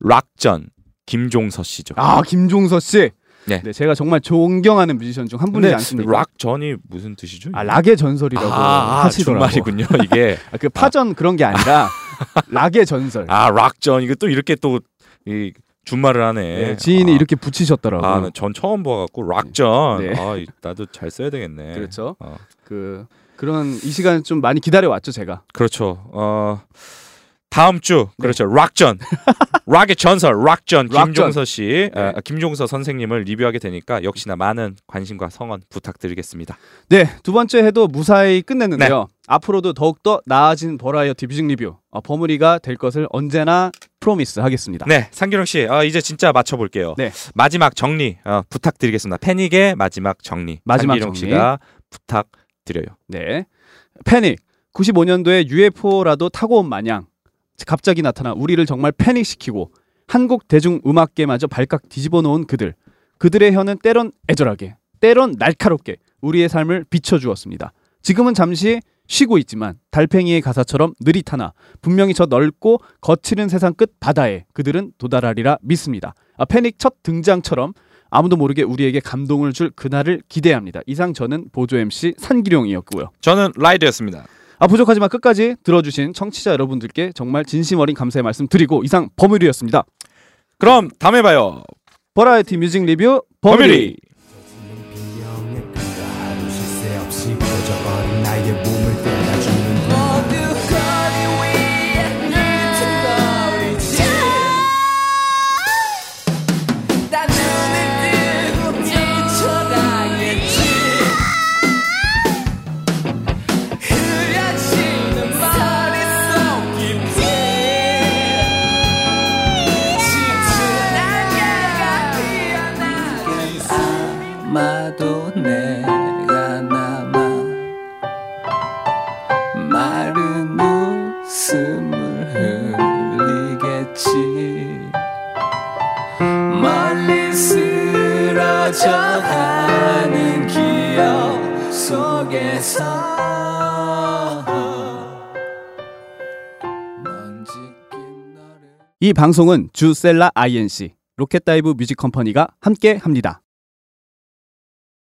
[SPEAKER 2] 락전 김종서 씨죠.
[SPEAKER 3] 아, 김종서 씨.
[SPEAKER 2] 네.
[SPEAKER 3] 제가 정말 존경하는 뮤지션 중 한 분이지
[SPEAKER 2] 근데
[SPEAKER 3] 않습니까?
[SPEAKER 2] 락전이 무슨 뜻이죠?
[SPEAKER 3] 아, 락의 전설이라고
[SPEAKER 2] 아, 아,
[SPEAKER 3] 하시더라고요.
[SPEAKER 2] 정말이군요.
[SPEAKER 3] (laughs)
[SPEAKER 2] 이게
[SPEAKER 3] 아, 그 파전 그런 게 아니라 (laughs) 락의 전설.
[SPEAKER 2] 아 락전 이거 또 이렇게 또 이 준말을 하네. 네.
[SPEAKER 3] 네, 지인이 이렇게 붙이셨더라고요.
[SPEAKER 2] 아, 전 처음 봐갖고 락전.
[SPEAKER 3] 네.
[SPEAKER 2] 아, 이- 나도 잘 써야 되겠네.
[SPEAKER 3] 그렇죠.
[SPEAKER 2] 어.
[SPEAKER 3] 그 그런 이 시간 좀 많이 기다려 왔죠 제가.
[SPEAKER 2] 그렇죠. 어 다음 주 그렇죠.
[SPEAKER 3] (laughs)
[SPEAKER 2] 락전 락의 전설 락전
[SPEAKER 3] 네. 락전. 네.
[SPEAKER 2] 김종서 씨 아, 김종서 선생님을 리뷰하게 되니까 역시나 많은 관심과 성원 부탁드리겠습니다.
[SPEAKER 3] 네, 두 번째 해도 무사히 끝냈는데요.
[SPEAKER 2] 네.
[SPEAKER 3] 앞으로도 더욱더 나아진 버라이어티 뮤직 리뷰 어, 버무리가 될 것을 언제나 프로미스 하겠습니다.
[SPEAKER 2] 네, 상규령 씨 아, 이제 진짜 맞춰볼게요.
[SPEAKER 3] 네.
[SPEAKER 2] 마지막 정리 어, 부탁드리겠습니다. 패닉의 마지막 정리
[SPEAKER 3] 마지막
[SPEAKER 2] 상규령
[SPEAKER 3] 정리.
[SPEAKER 2] 씨가 부탁드려요.
[SPEAKER 3] 네. 패닉. 95년도에 UFO라도 타고 온 마냥 갑자기 나타나 우리를 정말 패닉시키고 한국 대중 음악계마저 발칵 뒤집어 놓은 그들. 그들의 혀는 때론 애절하게, 때론 날카롭게 우리의 삶을 비춰 주었습니다. 지금은 잠시 쉬고 있지만 달팽이의 가사처럼 느릿하나 분명히 저 넓고 거칠은 세상 끝 바다에 그들은 도달하리라 믿습니다. 아, 패닉 첫 등장처럼 아무도 모르게 우리에게 감동을 줄 그날을 기대합니다. 이상 저는 보조 MC 산기룡이었고요.
[SPEAKER 2] 저는 라이드였습니다.
[SPEAKER 3] 아 부족하지만 끝까지 들어주신 청취자 여러분들께 정말 진심 어린 감사의 말씀 드리고 이상 범유리였습니다.
[SPEAKER 2] 그럼 다음에 봐요.
[SPEAKER 3] 버라이티 뮤직 리뷰
[SPEAKER 2] 범유리.
[SPEAKER 3] 범유리.
[SPEAKER 13] 하루 쉴 새 없이 퍼져버린 나의 몸을 때려주는
[SPEAKER 4] 모두 거리 위에 미쳐버리지 다 눈을 뜨고 미쳐나겠지 흐려지는 머릿속 깊이 짙은 안개가 피어나는 아마도 내가 남아 마른 웃음을 흘리겠지 멀리 쓰러져 가는 기억 속에서
[SPEAKER 3] 이 방송은 주셀라 INC 로켓다이브 뮤직 컴퍼니가 함께 합니다.